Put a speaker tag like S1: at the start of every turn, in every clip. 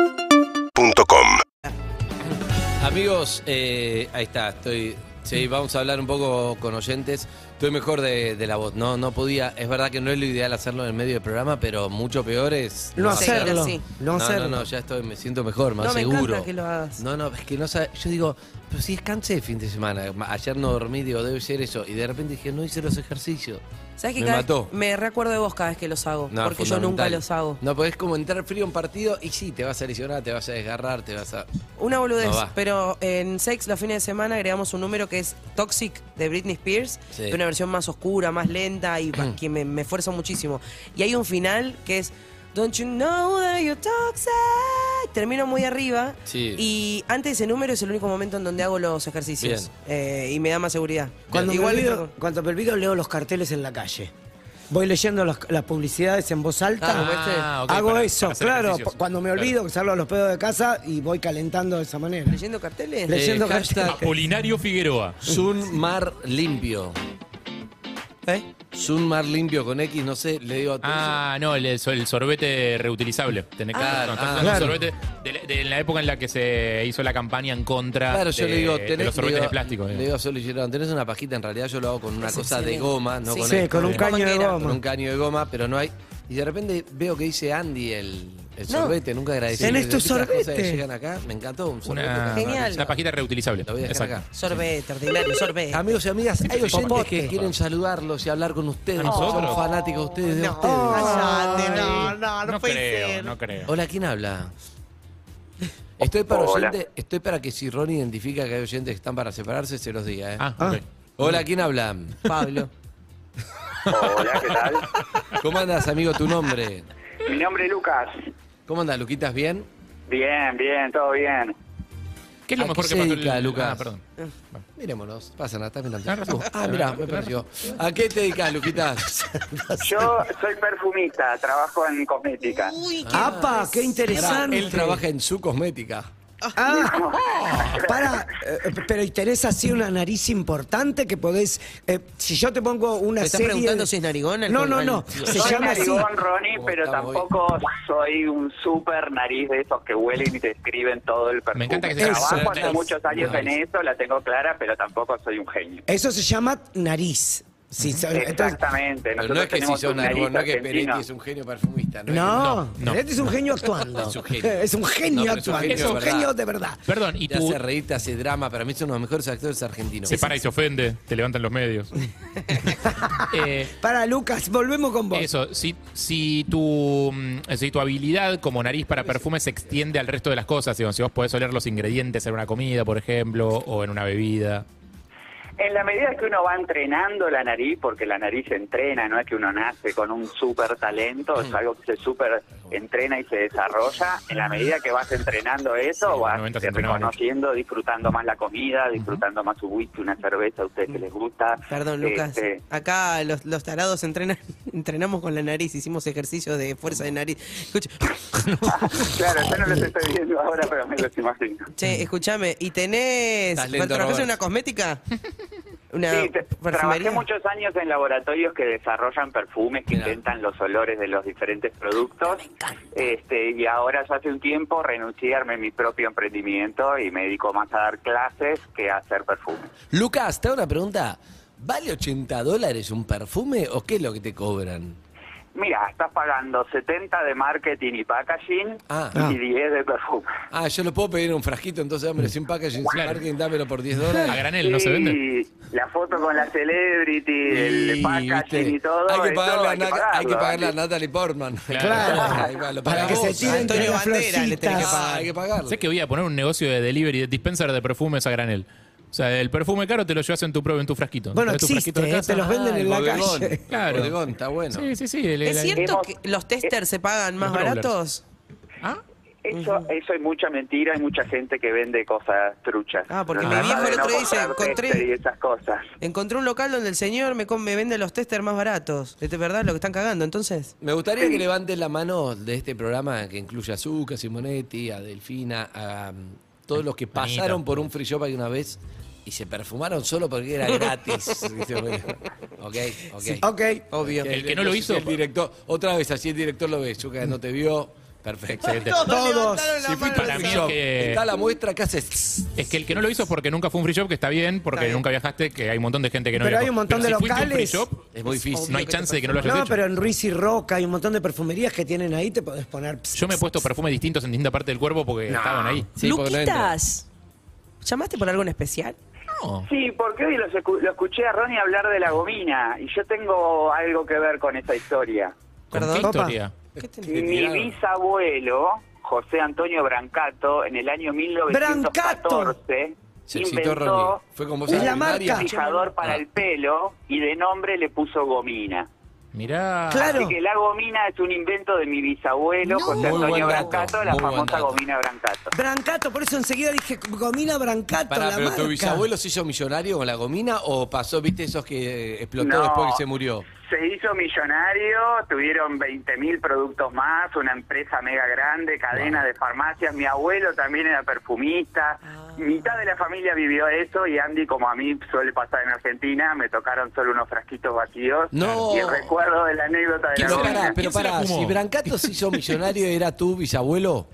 S1: UrbanaPlayFM.com
S2: Amigos, eh, ahí está, estoy. Sí, vamos a hablar un poco con oyentes. Estoy mejor de, de la voz. No, no podía. Es verdad que no es lo ideal hacerlo en el medio del programa, pero mucho peor es
S3: No hacerlo.
S4: sí.
S3: No
S2: No, no,
S3: hacerlo.
S2: no, ya estoy, me siento mejor, más
S4: No, me
S2: seguro.
S4: encanta que lo hagas.
S2: No, no, es que no sabe. Yo digo, pero si descansé el fin de semana. Ma- Ayer no dormí, digo, debe ser eso. Y de repente dije, no hice los ejercicios.
S4: ¿Sabes que
S2: Me
S4: cada
S2: mató.
S4: vez- me recuerdo de vos cada vez que los hago,
S2: No,
S4: porque yo nunca
S2: fundamental.
S4: los hago.
S2: No, porque es como entrar frío a un partido y sí, te vas a lesionar, te vas a desgarrar, te vas a.
S4: Una boludez,
S2: No va.
S4: pero en Sex los fines de semana agregamos un número que es Toxic de Britney Spears,
S2: Sí.
S4: pero una versión más oscura, más lenta y pa- que me, me esfuerzo muchísimo. Y hay un final que es Don't you know that you're toxic? Termino muy arriba
S2: Sí.
S4: y antes ese número es el único momento en donde hago los ejercicios eh, y me da más seguridad.
S3: Cuando,
S4: Igual
S3: me
S4: me
S3: olvido, cuando me olvido, leo los carteles en la calle. Voy leyendo los- las publicidades en voz alta.
S4: Ah, ¿viste?
S2: Ah, ok,
S3: Hago
S2: para-
S3: eso,
S2: para hacer
S3: claro.
S2: ejercicios.
S3: Cuando me olvido, salgo a los pedos de casa y voy calentando de esa manera.
S4: leyendo carteles.
S3: Le- Leyendo
S2: Eh, hashtag
S5: Apolinario Figueroa.
S2: Sun Mar Limpio.
S4: ¿Eh?
S2: Sun Mar Limpio con X, no sé, le digo a todos.
S5: Ah, no, el, el sorbete reutilizable. Tenés que-
S2: Ah,
S5: no,
S2: ah,
S5: estás hablando
S3: claro.
S5: de sorbete de, la- de la época en la que se hizo la campaña en contra
S2: Claro, yo
S5: de,
S2: le digo,
S5: de
S2: tenés,
S5: los sorbetes
S2: le digo-
S5: de plástico.
S2: Le
S5: digamos.
S2: digo a Sol y Gerón, tenés una pajita, en realidad yo lo hago con una
S4: Es en
S2: cosa de
S4: serio.
S2: goma, no
S4: Sí.
S2: con
S3: sí,
S2: esto,
S3: con un
S2: eh,
S3: caño de
S4: manguera.
S3: goma.
S2: con un caño de goma, pero no hay. Y de repente veo que dice Andy el, el
S4: No.
S2: sorbete, nunca agradecí.
S3: Tenés tu sorbete.
S2: llegan acá, me encantó un sorbete.
S5: Una,
S4: Genial.
S5: una pajita reutilizable.
S2: Lo voy a dejar
S5: Exacto.
S2: acá.
S4: Sorbete, ordinario, sorbete.
S2: Amigos y amigas, hay oyentes
S3: Popote.
S2: que quieren saludarlos y hablar con ustedes.
S5: ¿A nosotros?
S2: Son fanáticos ustedes de ustedes.
S3: Cállate, no, no,
S5: No creo, no creo.
S2: Hola, ¿quién habla? Estoy para,
S6: Hola.
S2: oyente- estoy para que si Ronnie identifica que hay oyentes que están para separarse, se los diga. ¿eh?
S5: Ah,
S3: Ah.
S5: ok.
S2: Hola, ¿quién habla?
S4: Pablo.
S6: Hola, ¿qué tal?
S2: ¿Cómo andas, amigo? ¿Tu nombre?
S6: Mi nombre es Lucas.
S2: ¿Cómo andas, Luquitas? ¿Bien?
S6: Bien, bien, todo bien.
S5: ¿Qué es lo
S2: ¿A
S5: mejor
S2: qué
S5: que
S2: se
S5: pasó
S2: dedica,
S5: el-
S2: Lucas?
S5: Ah, perdón.
S2: Miremonos. Pasa nada, estás
S5: Tenés
S2: mirando.
S5: razón.
S2: Uh, ah, mirá, me pareció. ¿A qué te dedicas, Luquitas?
S6: Yo soy perfumista, trabajo en cosmética.
S3: ¡Apa! Ah, ¡Qué interesante!
S2: Él trabaja en su cosmética.
S3: Ah, para, eh, pero ¿y tenés así una nariz importante que podés. eh, si yo te pongo una
S4: ¿Me estás
S3: serie.
S4: preguntando si es narigón el
S3: No,
S4: col-
S3: no,
S4: el-
S3: no. Se
S6: soy
S3: llama así.
S6: narigón, Ronnie,
S2: Como
S6: pero
S2: estamos hoy.
S6: tampoco soy un súper nariz de esos que huelen y te escriben todo el perfume.
S5: Me encanta que se llame
S6: Trabajo hace
S5: nariz.
S6: muchos años en
S2: Nariz.
S6: eso, la tengo clara, pero tampoco soy un genio.
S3: Eso se llama nariz. Sí, so- Eh, entonces-
S6: Exactamente.
S2: Pero no
S6: Nosotros
S2: es que si
S6: tenemos
S2: son
S6: un nariz
S2: narigón, no es que
S6: argentino.
S2: Peretti es un genio perfumista. No. es que-
S3: No,
S5: No, no.
S3: Benedetti es un genio actuando.
S2: Es un genio.
S3: Es un genio
S2: No, pero es un
S3: actuando.
S2: genio
S3: Es un
S2: de verdad.
S3: genio de verdad.
S5: Perdón, y
S2: Te
S5: tú
S2: hace reír, te hace drama. Para mí son los mejores actores argentinos.
S5: se para y se ofende, te levantan los medios. eh,
S3: Para Lucas, volvemos con vos.
S5: Eso, si, si, tu, mm, si tu habilidad como nariz para perfume se extiende al resto de las cosas, digo, si vos podés oler los ingredientes en una comida, por ejemplo, o en una bebida.
S6: En la medida que uno va entrenando la nariz, porque la nariz se entrena, no es que uno nace con un súper talento,
S5: Mm.
S6: es algo que se súper entrena y se desarrolla, en la medida que vas entrenando eso,
S5: Sí, en los
S6: vas
S5: 90 se entrenaba
S6: reconociendo, disfrutando más la comida, disfrutando más un whisky, una cerveza, a ustedes
S5: Mm.
S6: que les gusta.
S4: Perdón, Lucas.
S6: Este,
S4: Acá los, los tarados entrenan, entrenamos con la nariz, hicimos ejercicios de fuerza de nariz. Escucha,
S6: claro, yo no los estoy viendo ahora, pero me los imagino.
S4: che, escúchame, ¿y tenés.
S2: Estás lento,
S4: ¿Trabajás en
S2: Robert.
S4: una cosmética? ¿Una
S6: Sí, te- trabajé
S4: perfumería?
S6: muchos años en laboratorios que desarrollan perfumes que
S2: Mirá.
S6: intentan los olores de los diferentes productos. Este, y ahora ya hace un tiempo renuncié a armar mi propio emprendimiento y me dedico más a dar clases que a hacer perfumes.
S2: Lucas, te hago una pregunta. ¿Vale 80 dólares un perfume o qué es lo que te cobran?
S6: Mira, estás pagando 70 de marketing y packaging
S2: Ah.
S6: y 10 de perfume.
S2: Ah, yo lo puedo pedir en un frasquito, entonces dámelo
S3: Mm.
S2: sin packaging, sin
S5: Claro.
S2: marketing, dámelo por 10
S5: A
S2: dólares.
S5: granel, ¿no se vende?
S6: Y la foto con la celebrity, el
S2: Y,
S6: packaging
S2: viste,
S6: y todo.
S2: Hay que
S6: eso
S2: pagarle, a, Nat- hay que
S6: pagarlo,
S2: pagarle a
S6: ¿viste?
S2: Natalie Portman.
S3: Claro.
S2: Ahí va, lo
S3: Para que
S2: pagás
S3: se
S2: vos.
S3: tiren
S2: Antonio
S3: con las
S4: Banderas le tenés que
S3: florcitas.
S2: Ah, hay que pagarle.
S5: Sé que voy a poner un negocio de delivery, de dispenser de perfumes a granel. O sea, el perfume caro te lo llevas en tu propio, en tu frasquito.
S3: Bueno,
S5: Traes tu frasquito de
S3: existe, ¿eh?
S5: casa.
S3: Te los venden en la calle.
S5: Claro.
S2: Bodegón, está bueno.
S5: Sí, sí, sí. el-
S4: ¿Es
S5: el-
S4: cierto
S6: Hemos- eh,
S4: que los testers se pagan más
S5: Los rollers.
S4: baratos?
S5: Ah,
S6: Eso, eso hay mucha mentira, hay mucha gente que vende cosas truchas.
S4: Ah, porque
S6: No
S4: mi
S6: trata
S4: viejo el
S6: de no
S4: otro día dice,
S6: comprar
S4: encontré-
S6: tester Y esas cosas.
S4: Encontré un local donde el señor me, com- me vende los testers más baratos. ¿Es de verdad lo que están cagando entonces?
S2: Me gustaría que levanten la mano de este programa que incluye a Zucca, a Simonetti, a Delfina, a um, todos los que
S5: Anita.
S2: pasaron por un free shop alguna vez y se perfumaron solo porque era gratis. ok, ok.
S3: Ok.
S2: Obvio.
S5: El que no lo hizo.
S2: El director, otra vez, así el director lo ve. Yuka no te vio. Perfecto.
S3: Todos.
S2: Si fuiste
S5: Para
S2: al
S5: mí
S2: free
S5: es
S2: shop,
S5: que-
S2: Está la muestra, ¿qué haces?
S5: Es que el que no lo hizo es porque nunca fue un free shop, que está bien, porque nunca viajaste, que hay un montón de gente que no
S3: Pero
S5: viajó.
S3: hay un montón de
S5: si fuiste a un free
S3: locales.
S5: shop,
S2: Es muy difícil.
S5: no hay chance de que no lo hayas
S3: No,
S5: hecho.
S3: pero en Ruiz y Roca hay un montón de perfumerías que tienen ahí, te podés poner. pss,
S5: Yo me he puesto perfumes distintos en distinta parte del cuerpo porque estaban ahí.
S2: Sí, porque no entra.
S4: Luquitas, ¿llamaste por algo en especial?
S5: No.
S6: Sí, porque hoy los escu- lo escuché a Ronnie hablar de la gomina y yo tengo algo que ver con esa historia.
S5: ¿Con
S4: Perdón.
S5: qué
S3: Opa.
S5: historia?
S4: ¿Qué tenés?
S6: Mi
S2: tiraron.
S6: bisabuelo, José Antonio Brancato, en el año 1914,
S2: Se excitó Ronnie.
S6: inventó
S2: Fue con vos
S3: Es
S2: a
S3: la
S2: primaria.
S3: marca.
S6: fijador para
S2: Ah.
S6: el pelo y de nombre le puso gomina.
S5: Mirá.
S3: Claro.
S6: Así que la gomina es un invento de mi bisabuelo, José
S2: Muy buen
S6: Antonio
S2: dato,
S6: Brancato, la
S2: muy buen
S6: famosa
S2: dato.
S6: gomina Brancato.
S3: Brancato, por eso enseguida dije Gomina Brancato,
S2: Pará,
S3: la
S2: pero
S3: marca.
S2: tu bisabuelo se hizo millonario con la gomina o pasó, viste, esos que eh, explotó
S6: No.
S2: después que se murió.
S6: Se hizo millonario, tuvieron 20.000 productos más, una empresa mega grande, cadena de farmacias. Mi abuelo también era perfumista.
S2: Ah.
S6: Mitad de la familia vivió eso y Andy, como a mí suele pasar en Argentina, me tocaron solo unos frasquitos vacíos.
S2: No.
S6: Y el recuerdo de la anécdota de
S2: ¿Quién
S6: la
S2: se
S5: no,
S2: la-
S5: pará,
S6: gomina.
S2: pero
S5: ¿Quién se la
S2: pará,
S5: fumó?
S2: si Brancato se hizo millonario, ¿era tu bisabuelo?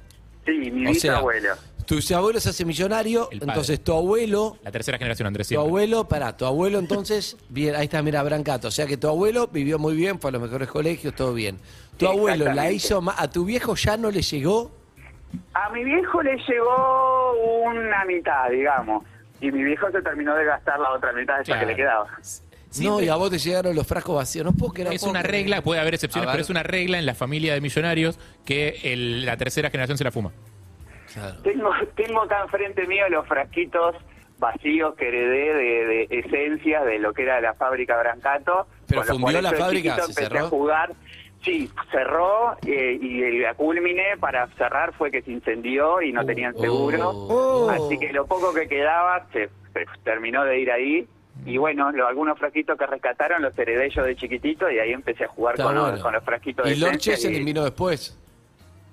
S6: Sí, mi
S2: O sea,
S6: bisabuelo.
S2: Tu bisabuelo se hace millonario,
S5: El padre.
S2: entonces tu abuelo,
S5: La tercera generación, Andrés.
S2: tu
S5: siempre.
S2: abuelo, pará, tu abuelo entonces, bien, ahí está, mira, Brancato, o sea que tu abuelo vivió muy bien, fue a los mejores colegios, todo bien. Tu abuelo la
S6: Exactamente.
S2: hizo, ma- a tu viejo ya no le llegó,
S6: A mi viejo le llegó una mitad, digamos. Y mi viejo se terminó de gastar la otra mitad de esa que
S5: Claro.
S6: le quedaba.
S2: no, y a vos te llegaron los frascos vacíos, no puedo creer.
S5: Es
S2: no puedo
S5: una
S2: creer.
S5: regla, puede haber excepciones,
S2: A ver.
S5: pero es una regla en la familia de millonarios que el- la tercera generación se la fuma.
S2: Claro.
S6: Tengo, tengo acá enfrente mío los frasquitos vacíos que heredé de, de esencias de lo que era la fábrica Brancato.
S2: ¿Pero
S6: Con los
S2: fundió
S6: cuales
S2: la
S6: yo de
S2: fábrica?
S6: chiquito
S2: ¿Se
S6: empecé
S2: cerró?
S6: a jugar. Sí, cerró eh, y el culmine para cerrar fue que se incendió y no
S2: Oh,
S6: tenían
S2: oh.
S6: seguro.
S3: Oh.
S6: Así que lo poco que quedaba se, se terminó de ir ahí. Y bueno, lo- algunos frasquitos que rescataron los heredé yo de chiquitito y ahí empecé a jugar
S2: Está
S6: con, los,
S2: bueno.
S6: con los frasquitos de
S2: Y Lord
S6: esencias
S2: Chesel vino después.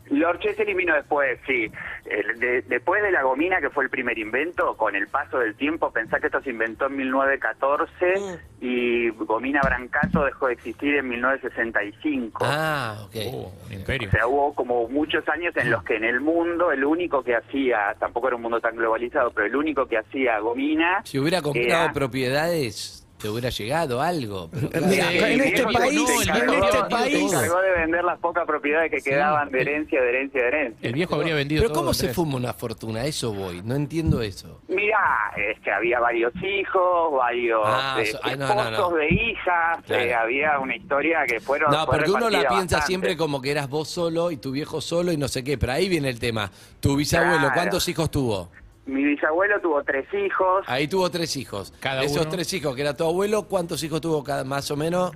S6: Lord Cheselin vino después, sí. El de- después de la gomina, que fue el primer invento, con el paso del tiempo, pensá que esto se inventó en 1914
S3: Mm.
S6: y gomina brancato dejó de existir en 1965.
S2: Ah, ok.
S5: Oh, un imperio.
S6: O sea, hubo como muchos años en los que en el mundo el único que hacía, tampoco era un mundo tan globalizado, pero el único que hacía gomina...
S2: Si hubiera comprado
S6: era-
S2: propiedades, te hubiera llegado algo. pero claro.
S3: Mira,
S5: Sí,
S3: en
S5: el
S3: este
S5: viejo
S3: país,
S5: no, el
S3: en
S5: viejo
S3: este
S5: no,
S3: país,
S6: Se encargó de vender las pocas propiedades que quedaban de herencia, de herencia, de herencia.
S5: El viejo habría vendido
S2: Pero
S5: todo,
S2: ¿cómo se
S5: Andrés.
S2: fuma una fortuna? Eso voy, no entiendo eso.
S6: Mirá, es que había varios hijos, varios
S2: Ah,
S6: eh,
S2: so- ay, no, no,
S6: esposos
S2: no.
S6: de hijas, eh,
S2: Claro.
S6: había una historia que fueron...
S2: No,
S6: fue
S2: porque uno la
S6: repartida
S2: piensa
S6: bastante.
S2: siempre como que eras vos solo y tu viejo solo y no sé qué, pero ahí viene el tema. Tu bisabuelo,
S6: Claro.
S2: ¿cuántos hijos tuvo?
S6: Mi bisabuelo tuvo tres hijos,
S2: Ahí tuvo tres hijos.
S5: Cada
S2: De Esos
S5: uno.
S2: tres hijos, que era tu abuelo, ¿cuántos hijos tuvo cada, más o menos?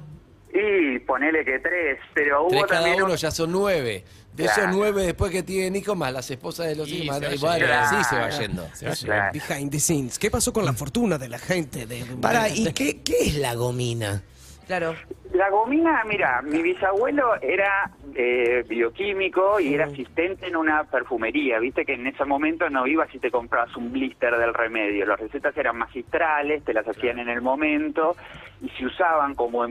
S6: y ponele que tres, pero hubo
S2: Tres cada
S6: también...
S2: uno,
S6: un-
S2: ya son nueve. De esos
S6: Claro.
S2: nueve, después que tienen hijos, más las esposas de los
S5: Y
S2: hijos, más-
S5: se va
S2: y bueno,
S6: yendo.
S2: así se va
S6: Claro.
S2: yendo.
S5: Se va a llevar.
S6: Claro.
S1: Behind the scenes. ¿Qué pasó con la fortuna de la gente? De,
S3: Pará, ¿y qué, qué es la gomina?
S4: Claro.
S6: La gomina, mira, mi bisabuelo era eh, bioquímico y era asistente en una perfumería. Viste que en ese momento no ibas y te comprabas un blister del remedio. Las recetas eran magistrales, te las hacían en el momento y se usaban como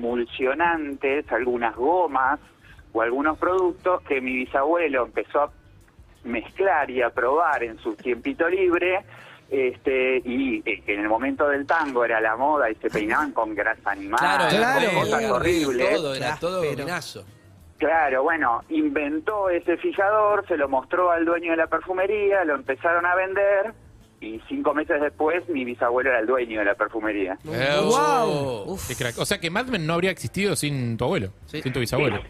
S6: emulsionantes algunas gomas o algunos productos que mi bisabuelo empezó a mezclar y a probar en su tiempito libre. Este, y eh, que en el momento del tango era la moda y se peinaban con grasa animal,
S2: era
S6: con
S2: horrible,
S6: cosas horribles.
S2: Todo, era todo minazo.
S6: Claro, bueno, inventó ese fijador, se lo mostró al dueño de la perfumería, lo empezaron a vender y cinco meses después mi bisabuelo era el dueño de la perfumería.
S2: Eh, oh.
S4: Uf.
S5: Qué crack. O sea que Mad Men no habría existido sin tu abuelo,
S2: Sí.
S5: sin tu bisabuelo.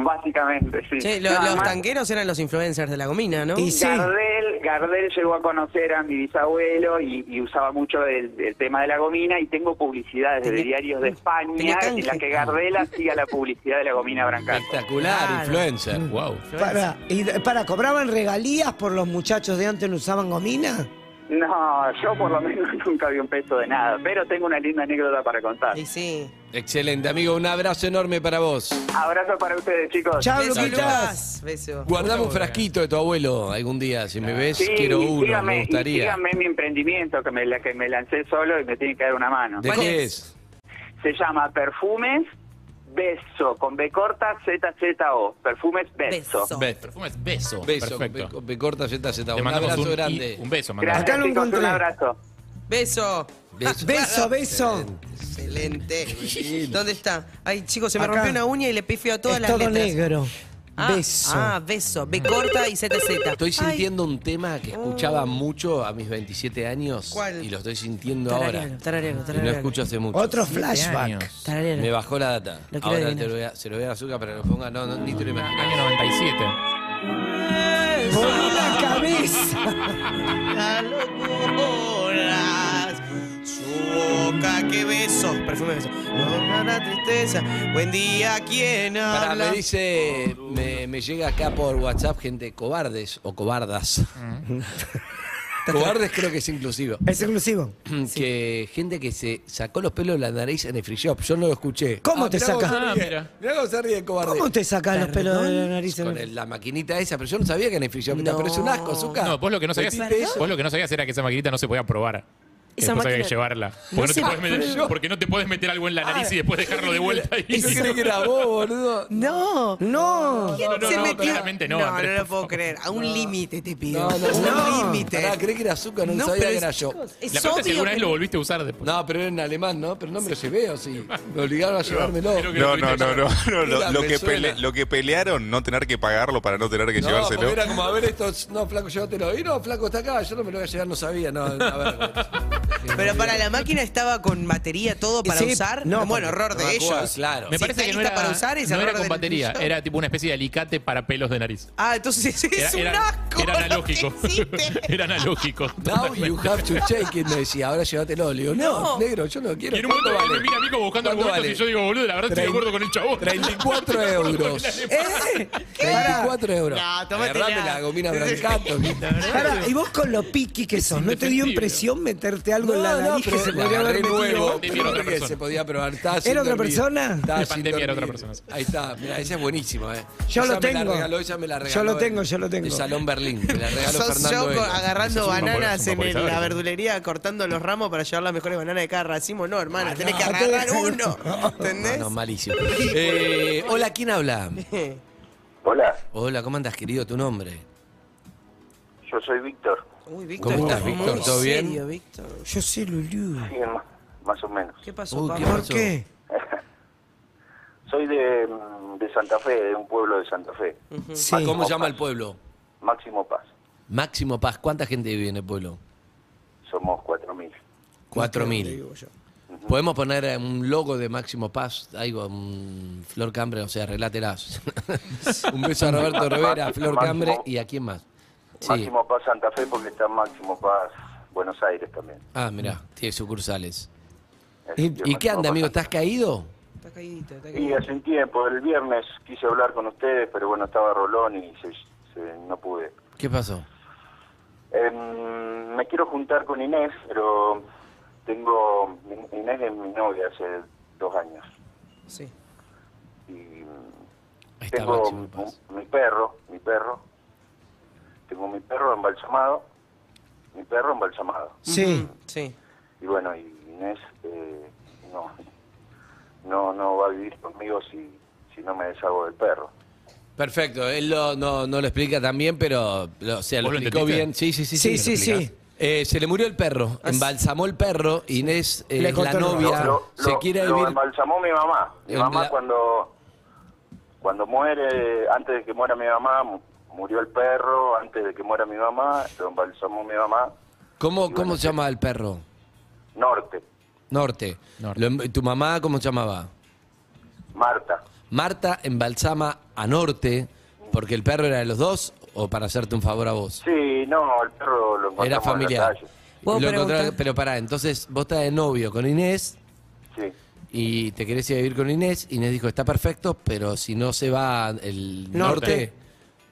S6: Básicamente, sí.
S4: Che, lo-
S6: Nada
S4: los
S6: más.
S4: tanqueros eran los influencers de la gomina, ¿no?
S3: Y sí.
S6: Gardel, Gardel llegó a conocer a mi bisabuelo y, y usaba mucho el, el tema de la gomina y tengo publicidades de
S4: Tenía-
S6: diarios de
S4: tenía
S6: España en
S4: canje.
S6: la que Gardel hacía la publicidad de la gomina branca.
S2: Espectacular,
S4: Claro. Mm.
S2: influencer.
S5: Wow.
S3: Para, y, para, ¿cobraban regalías por los muchachos de antes no usaban gomina?
S6: No, yo por lo menos nunca vi un peso de nada, pero tengo una linda anécdota para contar.
S4: Y sí.
S2: Excelente, amigo. Un abrazo enorme para vos.
S6: Abrazo para ustedes, chicos.
S3: Chao,
S4: Beso,
S3: Luquitas.
S4: Lucas. Beso.
S2: Guardame un frasquito de tu abuelo algún día. Si me ves,
S6: Sí,
S2: quiero uno.
S6: síganme,
S2: me
S6: y
S2: gustaría.
S6: síganme en mi emprendimiento que me, la- que me lancé solo y me tienen que dar una mano.
S2: ¿De
S4: ¿Cuál
S2: qué es?
S4: es?
S6: Se llama Perfumes Beso, con B corta ZZO. Perfumes Beso.
S4: Beso.
S2: Beso.
S5: Perfume es beso.
S2: Beso,
S5: Perfecto.
S2: me, me corta Z, Z.
S5: Te
S2: Un
S5: mandamos
S2: abrazo
S5: un,
S2: grande.
S5: y- un beso. mandamos.
S3: Acá
S6: Gracias,
S3: lo
S6: chicos. Un
S3: encontré.
S6: abrazo.
S4: Beso.
S2: beso.
S3: Beso, beso.
S4: Excelente. ¿Dónde está? Ay, chicos, se me
S3: Acá.
S4: rompió una uña y le pifio a todas
S3: es
S4: las
S3: todo
S4: letras.
S3: negro.
S4: Ah,
S3: Beso.
S4: Ah, beso. B corta y ZZ.
S2: Estoy
S4: Ay, Oh.
S2: sintiendo un tema que escuchaba mucho a mis 27 años.
S4: ¿Cuál?
S2: Y lo estoy sintiendo
S4: Tararealo,
S2: ahora.
S4: tararealo,
S2: Y no
S4: tararealo.
S2: escucho hace mucho.
S3: Otro
S5: Años.
S3: flashback.
S4: Tararealo.
S2: Me bajó la data.
S4: Lo quiero
S2: Ahora
S4: adivinar.
S2: te lo voy a, se lo voy a dar azúcar para que lo ponga. No, no, ni te lo
S5: Año
S2: imaginas.
S5: 97.
S3: Por la cabeza.
S4: La locura, su boca que beso, perfume beso, logra la tristeza, buen día, ¿quién
S2: Pará,
S4: habla?
S2: me dice, me, me llega acá por WhatsApp gente cobardes o cobardas.
S5: Mm.
S2: cobardes creo que es inclusivo.
S3: Es inclusivo.
S2: Que gente que se sacó los pelos de la nariz en el free shop. Yo no lo escuché.
S3: ¿Cómo te
S2: mirá cómo
S3: sacás?
S2: se
S5: Ah,
S2: ríe.
S5: mira.
S2: Mirá cómo se ríe de cobarde.
S3: ¿Cómo te sacás los pelos de la nariz?
S2: Con el- la maquinita esa, pero yo no sabía que en el free shop está,
S4: No.
S2: pero es un asco, azúcar.
S5: No, vos lo que no sabías,
S2: ¿Metiste eso?
S5: vos lo que no sabías era que esa maquinita no se podía probar. Que
S4: Esa
S5: después había
S4: máquina-
S5: que llevarla.
S4: No
S5: Porque
S4: se
S5: no, te podés meter-
S2: prueba.
S5: porque no te podés meter algo en la nariz
S2: Ah,
S5: y después dejarlo de vuelta ahí.
S2: Eso que le grabó, boludo.
S4: No,
S3: No.
S4: ¿quién
S5: no,
S4: se
S5: no,
S4: metió?
S5: claramente no,
S4: no, no
S5: Andrés,
S4: lo
S5: por
S4: puedo
S5: favor.
S4: creer, a un límite te pido,
S2: No, no,
S4: a
S2: no.
S4: un límite.
S2: Pará, creí que era azúcar, no,
S4: No,
S2: sabía
S4: pero
S2: que
S4: es-
S2: era yo.
S4: Es
S5: La pregunta es si
S4: obvio
S5: alguna
S4: que
S5: vez lo volviste a usar después.
S2: No, pero era en alemán, ¿no? Pero no me lo llevé, o sí. Me obligaron a llevármelo.
S5: Creo que lo
S7: No, no,
S5: tuviste
S7: no, no. no,
S2: Mira,
S7: lo, lo
S2: me
S7: que
S2: suena.
S7: pele- lo que pelearon, no tener que pagarlo para no tener que
S2: No,
S7: llevárselo.
S2: porque era como, a ver, esto, no, flaco, llévatelo. Y no, flaco, está acá, yo no me lo voy a llevar, no sabía. No, a ver.
S4: Pero para la máquina estaba con batería todo para
S3: Sí,
S4: usar.
S3: no,
S4: bueno,
S3: porque-
S4: error de
S2: No me
S4: ellos.
S2: acuerdo, claro.
S5: Me
S4: Si
S5: parece
S4: está
S5: que no
S4: lista
S5: era,
S4: para usar es
S5: no
S4: error
S5: era con
S4: del
S5: batería,
S4: tuyo.
S5: era tipo una especie de alicate para pelos de nariz.
S4: Ah, entonces
S5: Era,
S4: es un
S5: era-
S4: asco.
S5: era
S4: lo que
S5: analógico.
S4: hiciste.
S5: era analógico.
S2: Now you have to check it, me decía, ahora llévatelo. Le digo, no,
S4: No.
S2: negro, yo no quiero.
S5: Y en un momento me mira a mí como buscando
S2: ¿Cuánto
S5: argumentos
S2: vale?
S5: y yo digo, boludo, la verdad estoy de
S2: Trein-
S5: acuerdo con el chabón.
S2: 34 euros.
S3: ¿Eh? Pará.
S2: 34 euros.
S4: No, tomate
S2: Agarrame
S4: nada.
S2: la gomina brancato.
S3: Pará, y vos con lo piqui que sos, ¿no te dio
S5: indefendible.
S3: impresión meterte algo en la nariz que se podría haber
S2: agarré
S3: metido?
S2: nuevo,
S5: Pandemia era otra
S2: porque
S5: persona.
S2: se podía probar. Estaba sin
S3: ¿Era otra
S2: dormir.
S3: persona?
S2: Estaba
S5: De
S2: sin
S5: pandemia era otra
S2: dormir.
S5: persona.
S2: Ahí está, mira, esa es buenísima, eh.
S3: Yo
S2: Esa
S3: lo
S2: Me
S3: tengo.
S2: la regaló, ella me la
S3: Yo
S2: regaló.
S3: lo tengo,
S2: el-
S3: yo lo tengo.
S2: El Salón Berlín, me la regaló
S4: Sos yo
S2: Fernando.
S4: co-
S2: Vela.
S5: Ese
S4: agarrando
S5: es un
S4: bananas en el-
S5: vaporizador.
S4: la verdulería, cortando los ramos para llevar las mejores bananas de cada racimo. Ah, No, hermano, tenés que agarrar uno.
S2: No,
S4: ¿Entendés?
S2: no, malísimo. Eh, hola, ¿quién habla?
S6: Hola,
S2: Hola, ¿cómo andas, querido? ¿Tu nombre?
S6: yo soy Víctor.
S4: Uy, Víctor,
S2: ¿Cómo estás,
S4: muy
S2: Víctor? ¿Todo bien?
S4: serio, Víctor.
S3: Yo sé, Lulú.
S6: Sí, más, más o menos.
S4: ¿Qué pasó,
S2: Uy, Mm.
S4: papá?
S2: ¿qué
S3: ¿Por
S2: pasó?
S3: qué?
S6: Soy de, mm, de Santa Fe, de un pueblo de Santa Fe.
S3: Sí.
S2: ¿Cómo se llama el pueblo?
S6: Máximo Paz.
S2: Máximo Paz. ¿Cuánta gente vive en el pueblo?
S6: Somos 4.000.
S3: Te
S2: 4.000.
S3: digo yo.
S2: ¿Podemos poner eh, un logo de Máximo Paz? Algo, un Flor Cambre, o sea, relátelas. un beso a Roberto Rivera, Flor
S6: Máximo.
S2: Cambre y a quién más. Sí.
S6: Máximo Paz Santa Fe porque está Máximo Paz Buenos Aires también.
S2: Ah, mirá, tiene sucursales.
S6: Así que
S2: ¿Y qué
S6: Máximo
S2: anda,
S6: Paz
S2: amigo?
S6: Santa
S2: ¿Estás caído?
S4: Está caídito, está
S6: Y
S4: caídito.
S6: hace un tiempo, el viernes quise hablar con ustedes, pero bueno, estaba Rolón y se- se- no pude.
S2: ¿Qué pasó?
S6: Em, me quiero juntar con Inés, pero tengo. Inés es mi novia hace dos años.
S4: Sí.
S6: Y mm,
S2: Ahí está
S6: tengo
S2: Máximo
S6: mi,
S2: Paz.
S6: mi perro, mi perro. Tengo mi perro embalsamado. Mi perro embalsamado.
S3: Sí.
S4: Mm, Sí.
S6: Y bueno, y Inés eh, no, no no va a vivir conmigo si, si no me deshago del perro.
S2: Perfecto, él lo- no, no lo explica tan bien, pero lo, o sea, lo
S5: ¿Vos lo
S2: explicó
S5: entendiste?
S2: bien. Sí, sí, sí.
S3: Sí, sí,
S2: ¿me lo explicás?
S3: sí.
S2: Eh, se le murió el perro, embalsamó el perro, Inés eh,
S3: Le
S2: es la
S3: cortó el brazo.
S2: novia,
S6: Lo- lo-
S2: se quiere
S6: lo
S2: vivir...
S6: embalsamó mi mamá. Mi
S2: En
S6: mamá
S2: la-
S6: cuando, cuando muere, antes de que muera mi mamá, mu- murió el perro, antes de que muera mi mamá, lo embalsamó mi mamá,
S2: ¿Cómo, cómo se llama el perro?
S6: norte,
S2: Norte.
S5: Norte.
S2: Lo em- ¿Tu mamá cómo se llamaba?
S6: Marta.
S2: Marta embalsama a Norte, porque el perro era de los dos, o para hacerte un favor a vos.
S6: Sí, no, el perro lo encontramos
S2: Era
S6: en
S2: familiar.
S6: la calle.
S4: ¿Puedo
S2: Lo encontraba-
S4: preguntar?
S2: pero pará, entonces vos estás de novio con Inés
S6: Sí.
S2: y te querés ir a vivir con Inés. Inés dijo, está perfecto, pero si no se va el norte.
S5: Norte.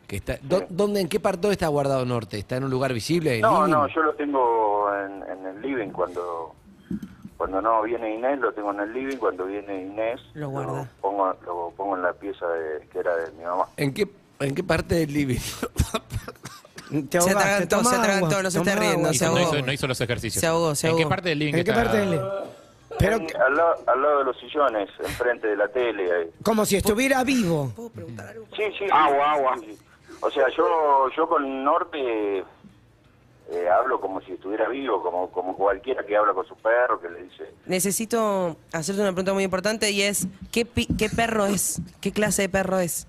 S2: que está, ¿dó- ¿Dónde, en qué parte está guardado norte? ¿Está en un lugar visible? en
S6: No,
S2: living?
S6: no, yo lo tengo en, en el living cuando Cuando no viene Inés, lo tengo en el living. Cuando viene Inés,
S4: Lo guarda.
S6: pongo, lo pongo en la pieza de- que era de mi mamá.
S2: ¿En qué, ¿En qué parte del living?
S3: Te
S4: Se
S3: ahogaste,
S4: atragantó,
S3: toma
S4: se
S3: agua,
S4: atragantó, no se
S3: toma
S4: esté riendo,
S3: agua,
S5: Y
S4: se
S5: no
S3: toma
S4: ahogó.
S5: hizo,
S3: agua.
S5: no hizo los ejercicios.
S4: Se ahogó, se
S5: ¿En qué
S4: ahogó.
S5: parte del living
S3: ¿En qué
S5: está?
S3: parte del Pero
S6: En- al, lado, al lado de los sillones, enfrente de la tele. ahí.
S3: como si estuviera vivo.
S4: ¿Puedo preguntar algo?
S6: Sí, sí. Agua, agua. O sea, yo, yo con Norte eh, hablo como si estuviera vivo, como, como cualquiera que habla con su perro, que le dice...
S4: Necesito hacerte una pregunta muy importante y es, ¿qué, pi- qué perro es? ¿Qué clase de perro es?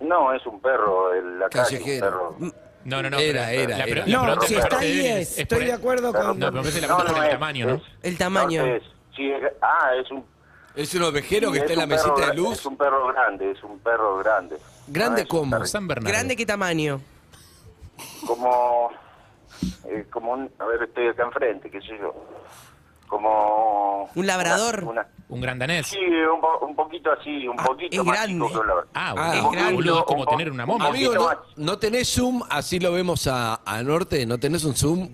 S6: No, es un perro, el, la calle, un
S2: Callejero. Mm.
S6: perro.
S5: No, no, no.
S2: Era,
S5: pero-
S2: era,
S5: la-
S2: era.
S5: la
S3: No,
S5: pregunta
S3: si
S5: es
S3: está
S5: parte
S3: ahí
S5: de él,
S3: es.
S5: por
S3: Estoy
S5: ahí.
S3: de acuerdo
S6: Perro.
S3: con.
S5: No, pero me parece la pregunta por el
S6: es-
S5: tamaño, ¿no?
S6: es-
S4: El tamaño.
S6: es- sí, es- ah, es un...
S2: ¿Es un ovejero que
S6: es
S2: está en la
S6: un perro
S2: mesita de
S6: gra-
S2: luz?
S6: Es un perro grande, es un perro grande.
S2: ¿Grande
S6: No es un
S2: cómo?
S6: perro-
S5: San Bernardo.
S4: ¿Grande qué tamaño?
S6: como eh, como un, a ver estoy acá enfrente qué sé yo como
S4: ¿Un labrador?
S6: una- una-
S5: Un gran danés.
S6: sí un, po- un poquito así un
S4: Ah,
S6: poquito
S4: es
S6: más
S4: grande.
S6: chico que un labrador
S5: Ah,
S2: Ah,
S5: boludo,
S4: es grande.
S5: boludo, es como
S6: Un po-
S5: tener una momia.
S2: Amigo,
S6: poquito
S2: no,
S6: más.
S2: no tenés Zoom, así lo vemos a, a Norte, no tenés un Zoom.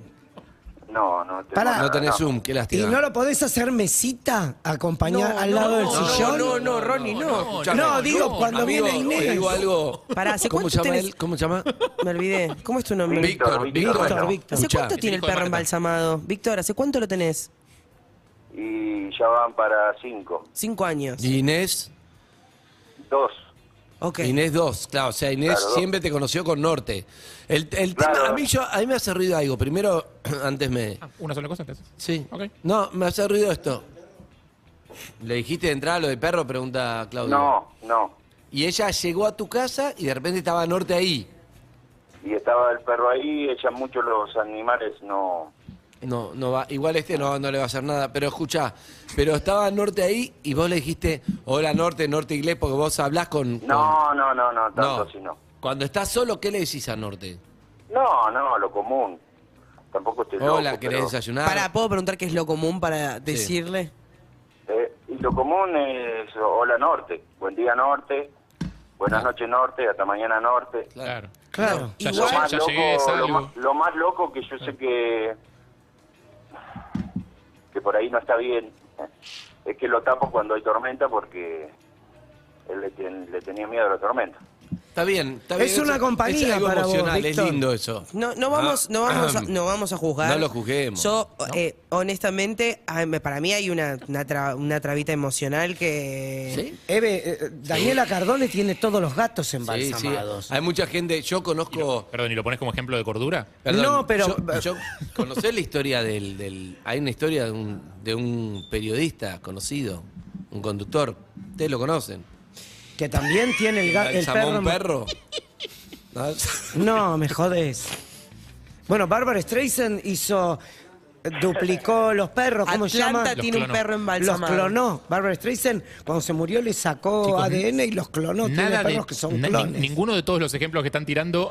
S6: no Ah, no te-
S3: Pará.
S2: No tenés Zoom, qué
S3: ¿Y
S2: lástima.
S3: no lo podés hacer mesita? ¿Acompañar al lado del
S4: no,
S3: sillón?
S4: No, no, Ronnie, no.
S5: escuchame.
S3: no, digo, cuando
S2: Amigo,
S3: viene Inés.
S2: te digo algo.
S4: Pará, ¿hace
S2: ¿Cómo
S4: cuánto
S2: llama
S4: tenés-
S2: él? ¿Cómo llama?
S4: Me olvidé. ¿Cómo es tu nombre?
S6: Víctor,
S2: Víctor, Víctor.
S6: Víctor,
S4: Víctor. ¿Hace
S2: Escuchá,
S4: cuánto tiene el
S5: hijo de
S4: perro
S5: Marta.
S4: embalsamado? Víctor, ¿hace cuánto lo tenés?
S6: y ya van para cinco
S4: Cinco años.
S2: Inés,
S6: dos
S4: Ok.
S2: Inés 2, claro, o sea, Inés
S6: Claro, dos.
S2: siempre te conoció con Norte. El, el
S6: Claro.
S2: tema, a mí, yo, a mí me hace ruido algo. Primero, antes me...
S5: Ah, Una sola cosa entonces.
S2: Sí.
S5: Ok.
S2: No, me hace ruido esto. ¿Le dijiste de entrada lo de perro? Pregunta Claudio.
S6: no no
S2: Y ella llegó a tu casa y de repente estaba Norte ahí.
S6: y estaba el perro ahí ella mucho los animales no
S2: No, no va. Igual este no, no le va a hacer nada. Pero escuchá, pero estaba Norte ahí y vos le dijiste, hola Norte, Norte Inglés, porque vos hablás con... con-
S6: no no no no tanto
S2: No.
S6: así no
S2: Cuando estás solo, ¿qué le decís a Norte?
S6: no no lo común tampoco estoy loco,
S2: hola, ¿querés
S6: pero-
S2: desayunar?
S4: Pará, ¿puedo preguntar qué es lo común para decirle?
S6: Eh, y lo común es hola norte, buen día norte, buenas noches norte, hasta mañana norte.
S5: Claro.
S3: Claro.
S5: Ah. Ya,
S6: Lo
S5: ya-
S6: más,
S5: ya
S6: loco,
S5: llegué,
S6: lo,
S5: salgo.
S6: más, lo más loco que yo sé que que por ahí no está bien es que lo tapo cuando hay tormenta porque él le, ten- le tenía miedo a la tormenta.
S2: Está bien, está
S3: Es
S2: bien.
S3: una compañía
S2: es algo
S3: para vos,
S2: emocional, es
S3: Víctor.
S2: lindo eso.
S4: No, no vamos, no vamos, a,
S2: Ah,
S4: no vamos a juzgar.
S2: No lo juzguemos.
S4: Yo, eh, honestamente, a- me- para mí hay una, una, tra- una trabita emocional que.
S2: ¿Sí?
S3: Eve, eh, Daniela Cardone tiene todos los gatos
S2: Sí, sí.
S3: embalsamados.
S2: Hay mucha gente, yo conozco...
S5: Perdón, ¿y lo pones como ejemplo de cordura?
S2: Perdón,
S3: No, pero-
S2: Yo, yo- ¿Conocés la historia del, del- Hay una historia de un, de un periodista conocido, un conductor. Ustedes lo conocen.
S3: Que también tiene el, ga- el
S2: ¿Embalsamó
S3: perro.
S2: un perro? ¿No?
S3: No, me jodés. Bueno, Barbara Streisand hizo. Duplicó los perros, ¿cómo se llama?
S4: Atlanta tiene
S5: Los
S4: un
S5: clonó.
S4: perro
S3: Los
S4: embalsamado.
S3: clonó. Barbara Streisand, cuando se murió, le sacó
S5: Chicos, ¿eh?
S3: ADN y los clonó. tiene perros que son
S5: na- ni-
S3: clones.
S5: ninguno de todos los ejemplos que están tirando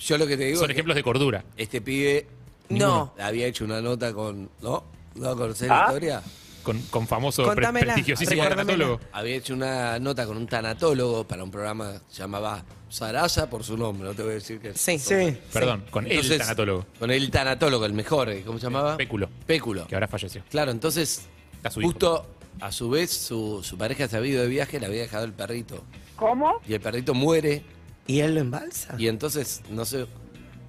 S2: Yo lo que te digo
S5: son
S2: es que
S5: ejemplos de cordura.
S2: este pibe
S4: No.
S2: había hecho una nota con... ¿No? ¿No conocés la
S6: ¿Ah?
S2: historia?
S5: Con, con famoso pre-
S4: Contámela,
S5: prestigiosísimo
S4: recuérdamela.
S5: tanatólogo.
S2: Había hecho una nota con un tanatólogo para un programa que se llamaba Sarasa por su nombre, no te voy a decir que
S4: Sí.
S3: Sí.
S5: Perdón, con el
S2: Entonces,
S5: tanatólogo.
S2: Con el tanatólogo, el mejor, eh, ¿cómo se llamaba?
S5: Péculo.
S2: Péculo.
S5: Que ahora falleció.
S2: Claro, entonces,
S5: Está su hijo.
S2: justo a su vez, su, su pareja se había ido de viaje, le había dejado el perrito.
S8: ¿Cómo?
S2: Y el perrito muere,
S3: ¿Y él lo embalsa?
S2: y entonces, no sé,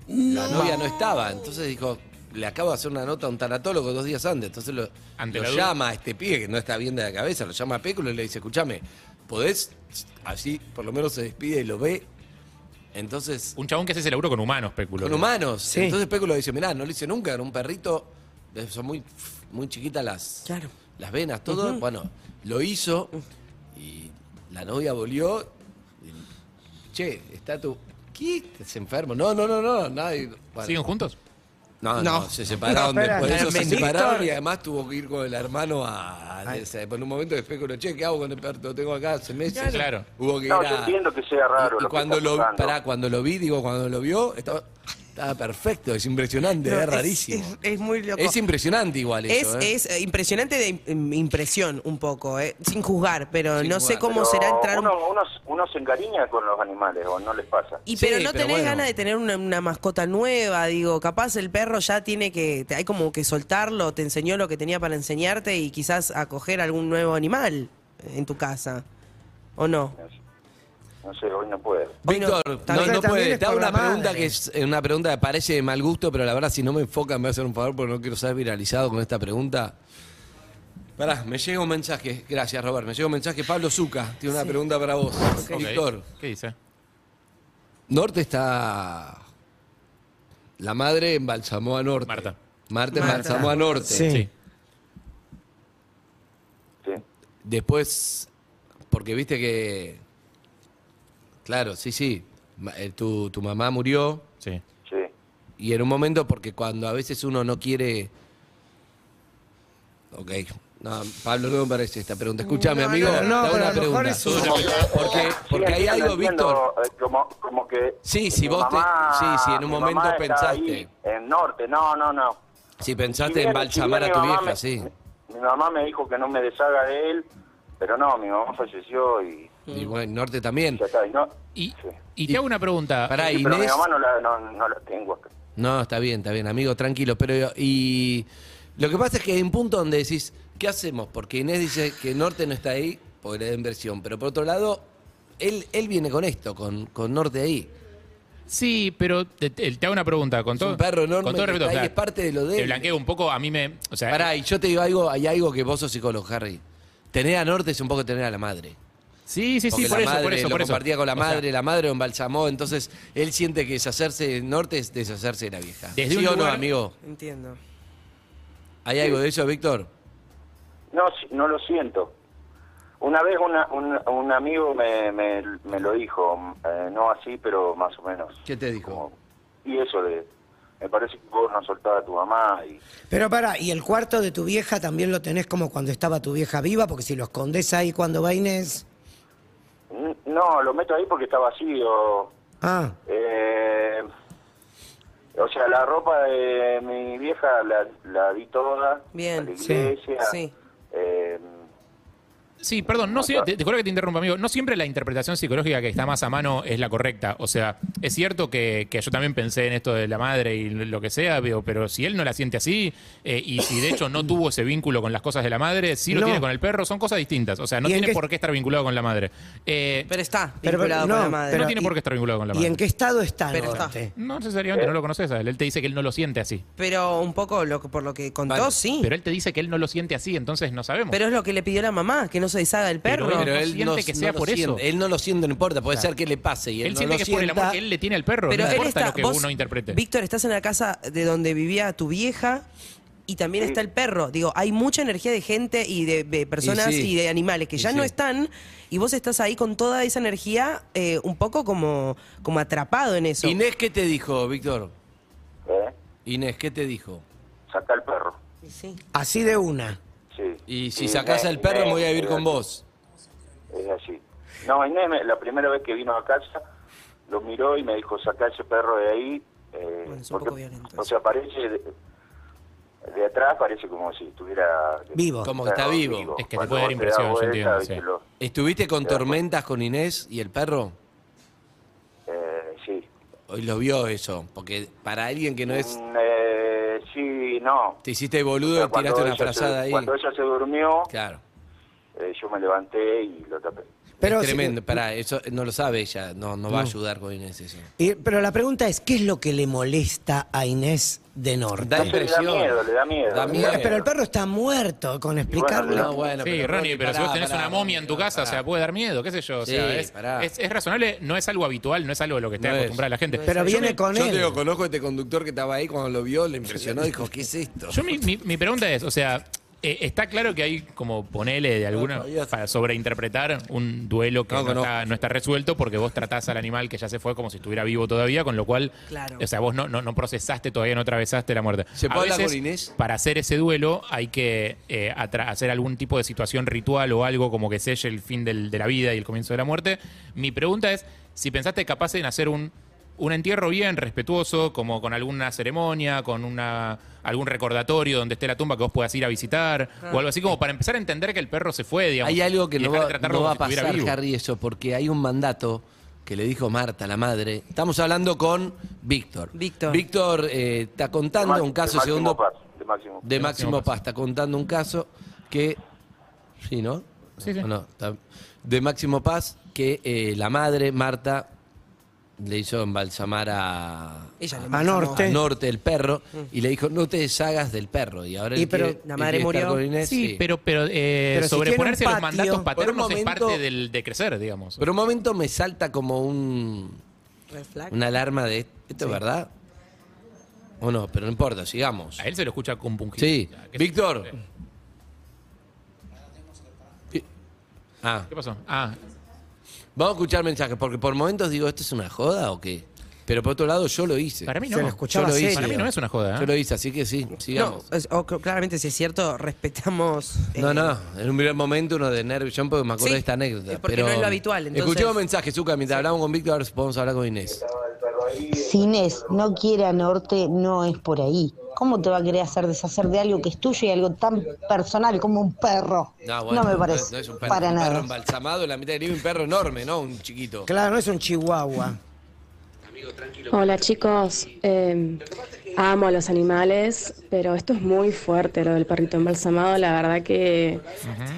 S2: la novia no estaba. Entonces dijo, le acabo de hacer una nota a un tanatólogo dos días antes. Entonces lo,
S5: Ante
S2: lo
S5: la duda.
S2: llama a este pibe que no está bien de la cabeza, lo llama a Péculo y le dice, escúchame, ¿podés? Así por lo menos se despide y lo ve. Entonces,
S5: Un chabón que hace ese laburo con humanos, Péculo.
S2: con humanos.
S3: Sí.
S2: Entonces Péculo dice, mirá, no lo hice nunca, era un perrito, de- son muy, muy chiquitas las,
S4: Claro.
S2: las venas, todo. Bueno, lo hizo y la novia volvió. y, che, está tu... ¿Qué? ¿Estás enfermo? No, no, no, no. nadie- bueno.
S5: ¿Siguen juntos?
S2: No, no, se separaron
S3: No, espera,
S2: después. de eso se
S3: Carmen,
S2: separaron
S3: Víctor.
S2: y además tuvo que ir con el hermano a. a- a- por un momento después con che, ¿qué hago con el perro? Lo tengo acá hace meses.
S5: Claro. Claro.
S2: Hubo que
S6: No,
S2: ir
S6: yo
S2: a-
S6: entiendo que sea raro
S2: Y, y
S6: lo que
S2: cuando
S6: está
S2: lo
S6: pasando.
S2: pará, cuando lo vi, digo, cuando lo vio, estaba. Estaba perfecto, es impresionante,
S4: No,
S2: es
S4: es-
S2: rarísimo.
S4: es- es muy loco.
S2: Es impresionante igual
S4: Es,
S2: eso. ¿eh?
S4: es, eh, impresionante de im- impresión un poco, eh, sin juzgar, pero
S2: Sin
S4: no sé
S2: juzgar,
S4: cómo
S6: Pero
S4: será entrar... un-
S6: uno, uno, uno se encariña con los animales o no les pasa.
S4: Y
S2: Sí,
S4: pero no
S2: pero
S4: tenés
S2: bueno.
S4: ganas de tener una, una mascota nueva, digo, capaz el perro ya tiene que, te- hay como que soltarlo, te enseñó lo que tenía para enseñarte y quizás acoger algún nuevo animal en tu casa, ¿o no?
S6: No sé, hoy no puedo.
S2: Víctor,
S4: Bueno,
S2: no,
S4: también-
S2: no
S3: también
S2: puede.
S3: es
S2: Te hago
S3: por
S2: una
S3: la
S2: pregunta
S3: madre.
S2: que es eh, una pregunta que parece de mal gusto, pero la verdad, si no me enfocan, me voy a hacer un favor porque no quiero ser viralizado con esta pregunta. Pará, me llega un mensaje. Gracias, Robert. Me llega un mensaje. Pablo Zuca tiene una pregunta para vos.
S5: Ok.
S2: Víctor,
S5: ¿Qué dice?
S2: Norte está. La madre embalsamó a Norte.
S5: Marta.
S2: Marta embalsamó a Norte.
S3: Sí.
S5: Sí.
S6: Sí.
S2: Después, porque viste que. Claro, sí, sí. ma- eh, Tu, tu mamá murió.
S5: Sí.
S6: Sí.
S2: Y en un momento, porque cuando a veces uno no quiere. Ok. No, Pablo, no me parece esta pregunta. Escúchame,
S4: No,
S2: amigo.
S4: no, no,
S2: te hago
S3: pero a
S2: una
S3: lo mejor
S2: pregunta.
S3: es un-
S2: Porque, porque
S6: Sí,
S2: hay
S6: yo no
S2: algo,
S6: entiendo,
S2: Víctor.
S6: eh, Como, como que.
S2: Sí, si
S6: mi
S2: vos te-
S6: mamá-
S2: sí, si en un
S6: mi
S2: momento
S6: mamá está
S2: pensaste.
S6: ahí, en norte, no, no, no.
S2: Si pensaste
S6: Si
S2: en
S6: bien-
S2: balsamar
S6: si
S2: a
S6: bien
S2: tu
S6: mi mamá
S2: vieja,
S6: me-
S2: sí.
S6: Mi mamá me dijo que no me deshaga de él, pero no, mi mamá falleció y
S2: Y bueno, Norte también.
S6: ya está. Y no,
S5: Y,
S6: Sí.
S5: y te hago una pregunta.
S2: Pará,
S6: sí, pero mi
S2: Inés.
S6: mamá no la, no, no la tengo acá.
S2: No, está bien, está bien, amigo, tranquilo. Pero y lo que pasa es que hay un punto donde decís, ¿qué hacemos? Porque Inés dice que Norte no está ahí porque le da inversión. Pero por otro lado, él, él viene con esto, con, con Norte ahí.
S5: Sí, pero te, te- te hago una pregunta. Con
S2: Es
S5: todo,
S2: un perro enorme
S5: Con todo
S2: que
S5: respeto,
S2: está ahí,
S5: o sea,
S2: es parte de lo de
S5: Te
S2: él.
S5: blanqueo un poco, a mí me. O sea,
S2: Pará, y yo te digo algo, hay algo que vos sos psicólogo, Harry. Tener a Norte es un poco tener a la madre.
S5: sí, sí,
S2: Porque
S5: sí, por
S2: la
S5: eso,
S2: madre
S5: por eso,
S2: lo
S5: por eso.
S2: compartía con la
S5: O sea,
S2: madre, la madre lo embalsamó, entonces él siente que deshacerse de Norte es deshacerse de la vieja.
S5: Desde
S2: ¿Sí
S5: un
S2: o no,
S5: lugar-
S2: amigo?
S4: Entiendo.
S2: ¿Hay algo de eso, Víctor?
S6: No, si- no lo siento. Una vez una, un, un amigo me, me, me lo dijo, eh, no así, pero más o menos.
S2: ¿Qué te dijo?
S6: Como- y eso de, me parece que vos no soltás a tu mamá y...
S3: Pero para, ¿y el cuarto de tu vieja también lo tenés como cuando estaba tu vieja viva? Porque si lo escondes ahí cuando va Inés.
S6: N- No, lo meto ahí porque está vacío.
S3: Ah,
S6: Eh, o sea, la ropa de mi vieja la, la di toda.
S4: Bien.
S6: a la
S3: Sí,
S6: iglesia.
S4: sí.
S6: Eh,
S5: Sí, perdón, no sé, te, te juro que te interrumpo, amigo. No siempre la interpretación psicológica que está más a mano es la correcta. O sea, es cierto que, que yo también pensé en esto de la madre y lo que sea, pero, pero si él no la siente así eh, y si de hecho no tuvo ese vínculo con las cosas de la madre, si lo
S3: No.
S5: tiene con el perro, son cosas distintas. O sea, no
S3: ¿Y en
S5: tiene
S3: qué-
S5: por qué estar vinculado con la madre. Eh,
S4: Pero está
S3: Pero-
S4: vinculado
S3: no,
S4: con la madre.
S5: no
S3: pero-
S5: tiene
S3: y-
S5: por qué estar vinculado con la
S3: ¿y
S5: madre.
S3: en qué estado está
S4: Pero está.
S3: Norte?
S5: No necesariamente, no lo conoces a él. Él te dice que él no lo siente así.
S4: Pero un poco lo que- por lo que contó,
S2: Vale,
S4: sí.
S5: Pero él te dice que él no lo siente así, entonces no sabemos.
S4: Pero es lo que le pidió la mamá, que no se deshaga del perro.
S5: Pero él siente que sea
S2: lo
S5: por eso.
S2: siente, Él no lo siente, no importa. Puede ser que le pase. Y él,
S5: él
S2: no
S5: siente
S2: lo
S5: que es por el amor
S2: sienta.
S5: que él le tiene al perro.
S4: Pero
S5: no
S4: él
S5: importa
S4: está,
S5: lo que
S4: vos,
S5: uno interprete.
S4: Víctor, estás en la casa de donde vivía tu vieja y también está el perro. Digo, hay mucha energía de gente y de, de personas y,
S2: Y sí.
S4: de animales que
S2: Y
S4: ya no
S2: sí.
S4: están y vos estás ahí con toda esa energía eh, un poco como, como atrapado en eso.
S2: Inés, ¿qué te dijo, Víctor?
S6: ¿eh?
S2: Inés, ¿qué te dijo?
S6: Sacá el perro.
S4: Sí.
S3: Así de una.
S6: Sí.
S2: Y si sacás al perro, me voy a vivir con vos.
S6: Es así. No, Inés, me- la primera vez que vino a casa, lo miró y me dijo, sacá ese perro de ahí. eh,
S4: Bueno, es un poco violento
S6: O sea, parece... De, de atrás parece como si estuviera...
S3: Vivo.
S2: Como que está vivo.
S5: Es que te
S6: Cuando
S5: puede dar
S6: vos das
S5: impresión, yo entiendo,
S6: viste
S5: sí.
S6: lo-
S2: ¿Estuviste con tormentas con Inés y el perro?
S6: eh, sí.
S2: Hoy lo vio eso. Porque para alguien que no es.
S6: Mm, eh, sí, no.
S2: Te hiciste
S6: O
S2: boludo
S6: sea,
S2: y tiraste una
S6: ella se-
S2: frazada ahí.
S6: Cuando ella se durmió,
S2: Claro.
S6: eh, yo me levanté y lo tapé.
S3: Pero,
S2: es tremendo. Pará, eso no lo sabe ella. No, no va a ayudar con Inés eso.
S3: y- pero la pregunta es, ¿qué es lo que le molesta a Inés de Norte?
S2: Da
S6: No sé, le da
S2: impresión.
S6: miedo, le da miedo.
S2: Da
S6: Le da
S2: miedo.
S3: Pero el perro está muerto, con explicarlo.
S6: Bueno,
S2: No, bueno,
S5: sí, Ronnie, pero si vos tenés una momia en tu casa, o sea, puede dar miedo, qué sé yo. O sea,
S2: Sí,
S5: es,
S2: pará.
S5: es- es razonable, no es algo habitual, no es algo a lo que esté
S2: No es.
S5: acostumbrada la gente.
S3: Pero viene con
S2: Yo
S3: él.
S2: te lo conozco este conductor que estaba ahí cuando lo vio, le impresionó, dijo, ¿qué es esto?
S5: Yo mi, mi- mi pregunta es, o sea, eh, está claro que hay como ponele de alguna para sobreinterpretar un duelo que
S2: No,
S5: no,
S2: conozco.
S5: está, no está resuelto porque vos tratás al animal que ya se fue como si estuviera vivo todavía, con lo cual,
S4: Claro.
S5: o sea, vos no, no, no procesaste todavía, no atravesaste la muerte.
S2: ¿Se
S5: A
S2: puede hablar
S5: veces,
S2: con Inés?
S5: Para hacer ese duelo hay que eh, atra- hacer algún tipo de situación ritual o algo como que selle el fin del- de la vida y el comienzo de la muerte. Mi pregunta es si pensaste capaz en hacer un un entierro bien respetuoso, como con alguna ceremonia, con una algún recordatorio donde esté la tumba que vos puedas ir a visitar o algo así como para empezar a entender que el perro se fue, digamos.
S2: Hay algo que
S5: y
S2: no
S5: dejar de
S2: va,
S5: tratarlo
S2: no va a
S5: como si estuviera
S2: pasar,
S5: vivo.
S2: Harry, eso, porque hay un mandato que le dijo Marta, la madre. Estamos hablando con Víctor.
S4: Víctor.
S2: Víctor eh, está contando
S9: De
S2: un
S9: Máximo
S2: caso segundo
S9: Paz, de máximo.
S2: de Máximo
S5: Máximo
S2: Paz. Está contando un caso que. Sí, ¿no?
S5: Sí, sí.
S2: No, no, está- de Máximo Paz, que eh, la madre, Marta, le hizo embalsamar a.
S4: Ella le
S5: Ah,
S2: a-
S4: embalsamó.
S3: A Norte.
S2: a Norte el perro y le dijo no te deshagas del perro y ahora
S3: Y
S2: él
S3: pero-
S2: quiere-
S4: La
S2: él
S4: madre
S2: quiere estar
S4: murió.
S2: con Inés,
S5: Sí, pero, pero, eh,
S3: Pero si
S5: sobreponerse
S3: tiene
S5: a
S3: un
S5: los
S3: patio,
S5: mandatos
S3: por un
S5: paternos es
S2: momento-
S5: parte del, de crecer, digamos.
S2: Pero un momento me salta como un,
S4: Red flag.
S2: una alarma de esto es verdad. O no, pero no importa, sigamos.
S5: a él se lo escucha compungido.
S2: Sí,
S5: Ya, ¿qué-
S2: Víctor. Y- Ah,
S5: ¿Qué pasó? Ah,
S2: vamos a escuchar mensajes, porque por momentos digo, ¿esto es una joda o qué? Pero por otro lado, yo lo hice.
S5: para mí
S3: Se
S5: no.
S3: lo escuchaba
S2: Yo lo hice.
S3: serio.
S5: Para mí no es una joda.
S2: Yo
S5: ¿eh?
S2: lo hice, así que sí,
S4: No,
S2: sigamos.
S4: es- o cl- claramente si es cierto, respetamos. eh,
S2: No, no, en un primer momento uno de nervios, yo me acuerdo
S4: Sí,
S2: de esta anécdota.
S4: es porque
S2: pero
S4: no es lo habitual, entonces-
S2: Escuchemos mensajes, Zucca, mientras hablamos con Víctor, ahora podemos hablar con Inés.
S10: Si Inés no quiere a Norte, no es por ahí. ¿Cómo te va a querer hacer deshacer de algo que es tuyo y algo tan personal como un perro? No,
S2: bueno,
S10: me parece.
S2: no es un perro,
S10: para
S2: un
S10: nada.
S2: perro embalsamado en la mitad del libro, un perro enorme, ¿no? Un chiquito.
S3: Claro, no es un chihuahua.
S11: Hola chicos, Eh, amo a los animales, pero esto es muy fuerte lo del perrito embalsamado, la verdad que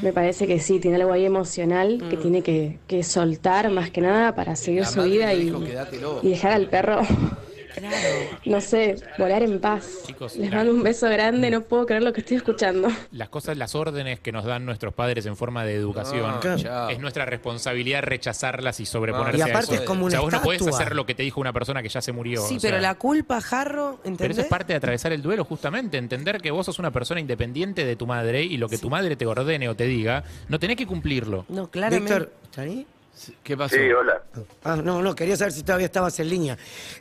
S11: me parece que sí, tiene algo ahí emocional
S10: Mm.
S11: que tiene que, que soltar más que nada para seguir
S2: La
S11: su
S2: madre
S11: vida
S2: le
S11: y,
S2: dijo, "Quédatelo".
S11: y dejar al perro, no sé, volar en paz.
S5: Chicos,
S11: Les
S5: la-
S11: mando un beso grande, no puedo creer lo que estoy escuchando.
S5: Las cosas, las órdenes que nos dan nuestros padres en forma de educación,
S2: No, Ah, chao.
S5: es nuestra responsabilidad rechazarlas y sobreponerse
S2: Y
S5: a
S3: Ah, aparte
S5: eso.
S3: es como
S5: o sea,
S3: una
S5: vos no podés
S3: estatua.
S5: hacer lo que te dijo una persona que ya se murió.
S4: Sí,
S5: o
S4: pero
S5: sea,
S4: la culpa, Jarro, ¿entendés?
S5: Pero eso es parte de atravesar el duelo, justamente, entender que vos sos una persona independiente de tu madre y lo que tu madre te ordene o te diga, no tenés que cumplirlo.
S4: No, claramente.
S3: Víctor, ¿está ahí?
S2: ¿Qué pasó?
S9: Sí, hola.
S3: Ah, no, no, quería saber si todavía estabas en línea.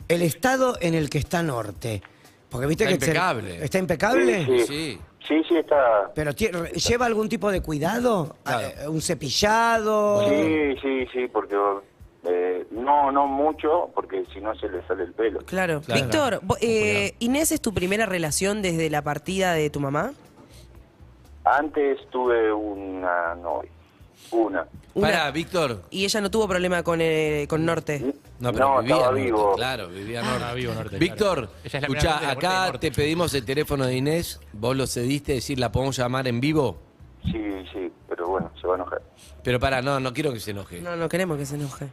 S3: El estado en el que está Norte. Porque viste
S2: Está
S3: que se-
S2: impecable.
S3: está impecable.
S9: Sí.
S2: Sí.
S9: Sí, sí, está.
S3: Pero tie- re- lleva algún tipo de cuidado,
S2: Claro.
S3: Ah, eh, un cepillado.
S9: Sí, sí, sí, porque eh, no, no mucho, porque si no se le sale el pelo.
S4: Claro.
S2: Claro.
S4: Víctor, vo- eh, ¿Inés es tu primera relación desde la partida de tu mamá?
S9: Antes tuve una novia. Una.
S4: Una-
S2: Para, Víctor.
S4: Y ella no tuvo problema con, eh, con Norte.
S2: No, pero vivía
S9: estaba
S2: norte,
S9: vivo.
S2: Claro, vivía norte.
S5: Ah, vivo norte,
S2: Víctor,
S5: claro. Ella es la primera vez
S2: escuchá,
S5: de la muerte
S2: acá
S5: del norte.
S2: te pedimos el teléfono de Inés, vos lo cediste, decir, la podemos llamar en vivo.
S9: Sí, sí, pero bueno, se va a enojar.
S2: Pero para, no, no quiero que se enoje.
S4: No, no queremos que se enoje.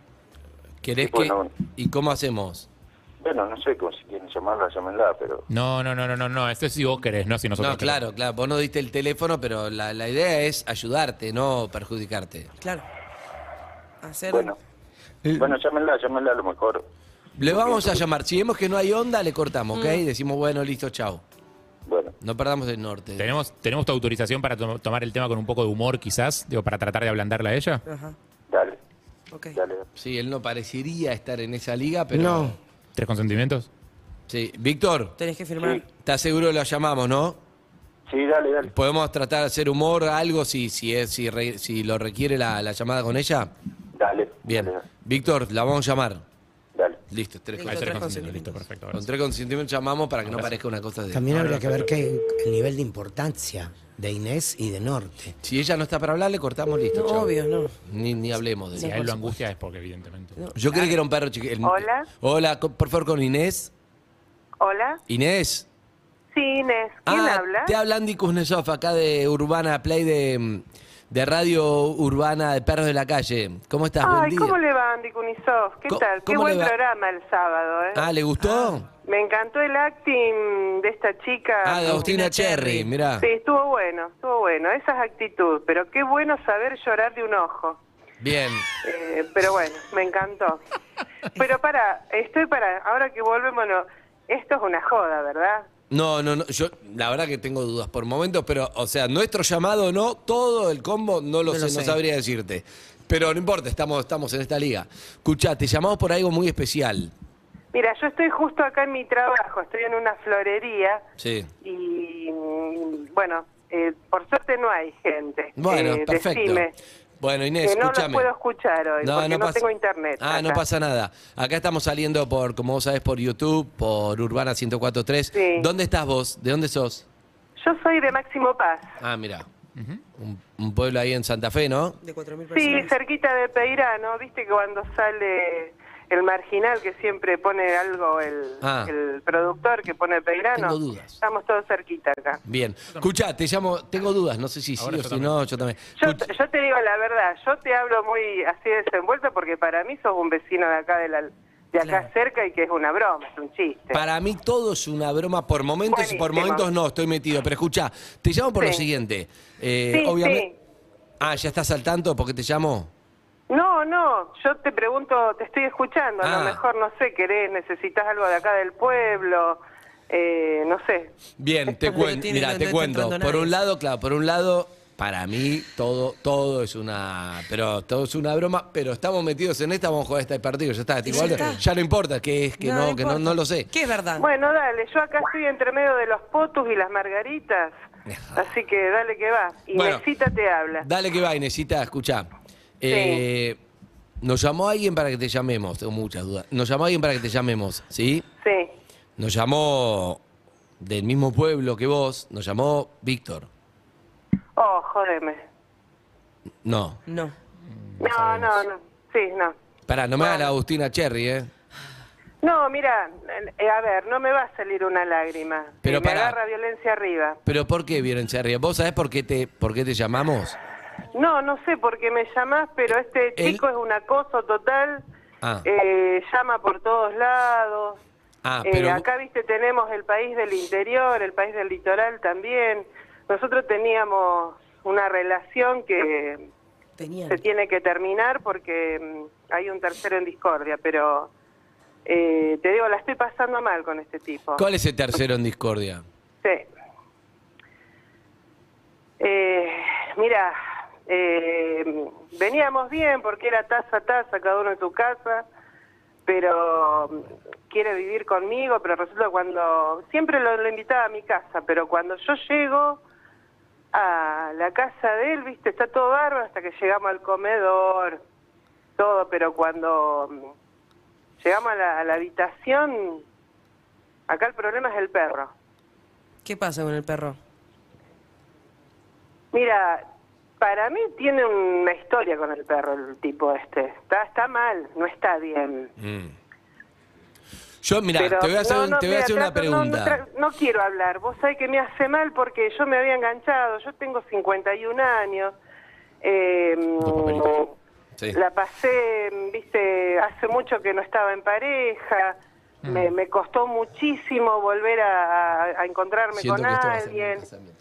S2: ¿Querés
S9: Sí, bueno.
S2: que.? ¿Y cómo hacemos?
S9: Bueno, no sé, como si quieren llamarla, llámenla, pero...
S5: No, no, no, no, no, no. Esto es si vos querés, no si nosotros
S2: no, claro, claro. Vos no diste el teléfono, pero la, la idea es ayudarte, no perjudicarte.
S4: Claro. Hacer.
S9: Bueno, bueno, llámenla, llámenla a lo mejor.
S2: Le vamos a llamar. Si vemos que no hay onda, le cortamos, ¿ok? Decimos, bueno, listo, chao.
S9: Bueno,
S2: No perdamos el norte.
S5: ¿Tenemos, ¿Tenemos tu autorización para to- tomar el tema con un poco de humor, quizás? Digo, para tratar de ablandarla a ella.
S4: Ajá.
S9: dale,
S4: Ok.
S9: dale.
S2: Sí, él no parecería estar en esa liga, pero.
S3: No.
S5: ¿Tres consentimientos?
S2: Sí. Víctor,
S4: Tenés que firmar.
S2: ¿estás seguro que lo llamamos, no?
S9: Sí, dale, dale.
S2: ¿Podemos tratar de hacer humor, algo, si, si, es, si, re- si lo requiere la, la llamada con ella?
S9: Dale.
S2: Bien.
S9: Dale,
S2: Víctor, la vamos a llamar.
S9: dale.
S2: Listo, tres
S4: Listo,
S5: Hay
S2: cosas.
S5: tres
S4: tres
S5: consentimientos, listo,
S4: consentimientos.
S5: perfecto. ahora
S2: Con
S5: sí.
S2: tres consentimientos llamamos para que no parezca una cosa de...
S3: También habría que ver qué el nivel de importancia de Inés y de Norte.
S2: Si ella no está para hablar, le cortamos, listo.
S4: No,
S2: chao.
S4: obvio, no.
S2: Ni, ni hablemos de
S5: Si a
S2: eso.
S5: él lo angustia es porque, evidentemente.
S2: Yo creí que era un perro chiquito. El-
S12: Hola.
S2: Hola, co- por favor, con Inés.
S12: Hola,
S2: Inés.
S12: sí Inés, ¿quién
S2: Ah,
S12: habla?
S2: Te habla Andy Kuznetsov, acá de Urbana Play, de, de Radio Urbana de Perros de la Calle. ¿Cómo estás? Buen
S12: Ay,
S2: día.
S12: ¿cómo le va Andy Kunisov? ¿Qué
S2: Co-
S12: tal? Qué
S2: ¿cómo le
S12: buen
S2: va?
S12: programa el sábado, ¿eh?
S2: Ah, ¿le gustó?
S12: Me encantó el acting de esta chica.
S2: Ah, de Agustina Cherry, mirá.
S12: Sí, estuvo bueno, estuvo bueno. Esa es actitud, pero qué bueno saber llorar de un ojo.
S2: Bien.
S12: Eh, pero bueno, me encantó. Pero para, estoy para, ahora que volvemos, no, esto es una joda, ¿verdad?
S2: No, no, no, yo la verdad que tengo dudas por momentos, pero, o sea, nuestro llamado no, todo el combo no lo
S4: No
S2: sé,
S4: lo
S2: no
S4: sé.
S2: sabría decirte. Pero no importa, estamos, estamos en esta liga. Escuchá, te llamamos por algo muy especial.
S12: Mira, yo estoy justo acá en mi trabajo, estoy en una florería.
S2: Sí.
S12: y mm, bueno, eh, por suerte no hay gente.
S2: Bueno,
S12: Eh,
S2: perfecto.
S12: decime,
S2: Bueno, Inés,
S12: que no los
S2: escúchame.
S12: puedo escuchar hoy porque no,
S2: pasa-
S12: tengo internet.
S2: Ah, no
S12: acá.
S2: pasa nada. Acá estamos saliendo por, como vos sabés, por YouTube, por Urbana 1043. ¿Dónde estás vos? ¿De dónde sos?
S12: Yo soy de Máximo Paz.
S2: Ah, mira. un, un pueblo ahí en Santa Fe, ¿no?
S4: De 4.000
S12: Sí, cerquita de Peirano, viste que cuando sale el marginal que siempre pone algo el,
S2: Ah.
S12: el productor que pone Peirano,
S2: Tengo dudas.
S12: estamos todos cerquita acá.
S2: Bien. Escuchá, te llamo, tengo dudas, no sé si sí o si no, yo también.
S12: Yo, yo te digo la verdad, yo te hablo muy así desenvuelto porque para mí sos un vecino de acá de, la, de acá cerca y que es una broma, es un chiste.
S2: Para mí todo es una broma por momentos y por
S12: Buenísimo.
S2: momentos no, estoy metido. Pero escuchá, te llamo por lo
S12: Sí.
S2: siguiente. Eh,
S12: Sí,
S2: obviamente. Ah, ¿ya estás al tanto? ¿Por qué te llamo?
S12: No, no, yo te pregunto, te estoy escuchando, a
S2: Ah.
S12: lo mejor no sé, querés, necesitas algo de acá del pueblo, eh, no sé.
S2: Bien, te
S12: No
S2: cuento.
S12: tiene- no
S2: Mira,
S12: está
S2: te cuento.
S12: entrando
S2: Por
S12: nadie.
S2: un lado, claro, por un lado, para mí todo, todo es una, pero todo es una broma. Pero estamos metidos en esta, vamos a jugar este partido. Ya está. Igual,
S12: ya está.
S2: ya no importa qué es, que no, que no, no lo sé.
S4: ¿Qué es verdad?
S12: Bueno, dale, yo acá estoy entre medio de los potus y las margaritas, así que dale que va. Y
S2: Bueno.
S12: Mesita te habla.
S2: Dale que va, Inesita, escuchá. Eh, Nos llamó alguien para que te llamemos, tengo muchas dudas. Nos llamó alguien para que te llamemos, ¿sí?
S12: Sí.
S2: Nos llamó del mismo pueblo que vos, nos llamó Víctor.
S12: Oh, jodeme.
S2: No,
S4: No.
S12: No, no, no. Sí, no.
S2: pará, no me hagas la Agustina Cherry, ¿eh?
S12: No, mira, eh, a ver, no me va a salir una lágrima.
S2: Pero
S12: me
S2: pará.
S12: agarra violencia arriba.
S2: ¿Pero por qué violencia arriba? ¿Vos sabés por qué te, por qué te llamamos?
S12: No, no sé por qué me llamás, pero este chico es un acoso total.
S2: Ah,
S12: eh, llama por todos lados.
S2: ah
S12: Eh,
S2: pero...
S12: acá, viste, tenemos el país del interior, el país del litoral también. Nosotros teníamos una relación que se tiene que terminar porque mm, hay un tercero en discordia, pero eh, te digo, la estoy pasando mal con este tipo.
S2: ¿Cuál es el tercero en discordia?
S12: Sí. Eh, mira, eh, veníamos bien porque era taza a taza, cada uno en su casa, pero mm, quiere vivir conmigo, pero resulta que cuando... Siempre lo, lo invitaba a mi casa, pero cuando yo llego a la casa de él, viste, está todo bárbaro hasta que llegamos al comedor, todo, pero cuando mm, llegamos a la- a la habitación, acá el problema es el perro.
S4: ¿Qué pasa con el perro?
S12: Mira, para mí tiene una historia con el perro el tipo este. Está, está mal, no está bien.
S2: Mm. Yo, mira,
S12: Pero-
S2: te voy a hacer,
S12: no,
S2: un-
S12: no,
S2: te voy a
S12: mira,
S2: hacer una
S12: trato- no, no
S2: pregunta.
S12: tra- No, quiero hablar. Vos sabés que me hace mal porque yo me había enganchado. Yo tengo 51 años. Eh,
S2: Sí.
S12: La pasé, viste, hace mucho que no estaba en pareja. Me, me costó muchísimo volver a, a- a encontrarme
S2: Siento
S12: con
S2: que esto va a ser
S12: alguien.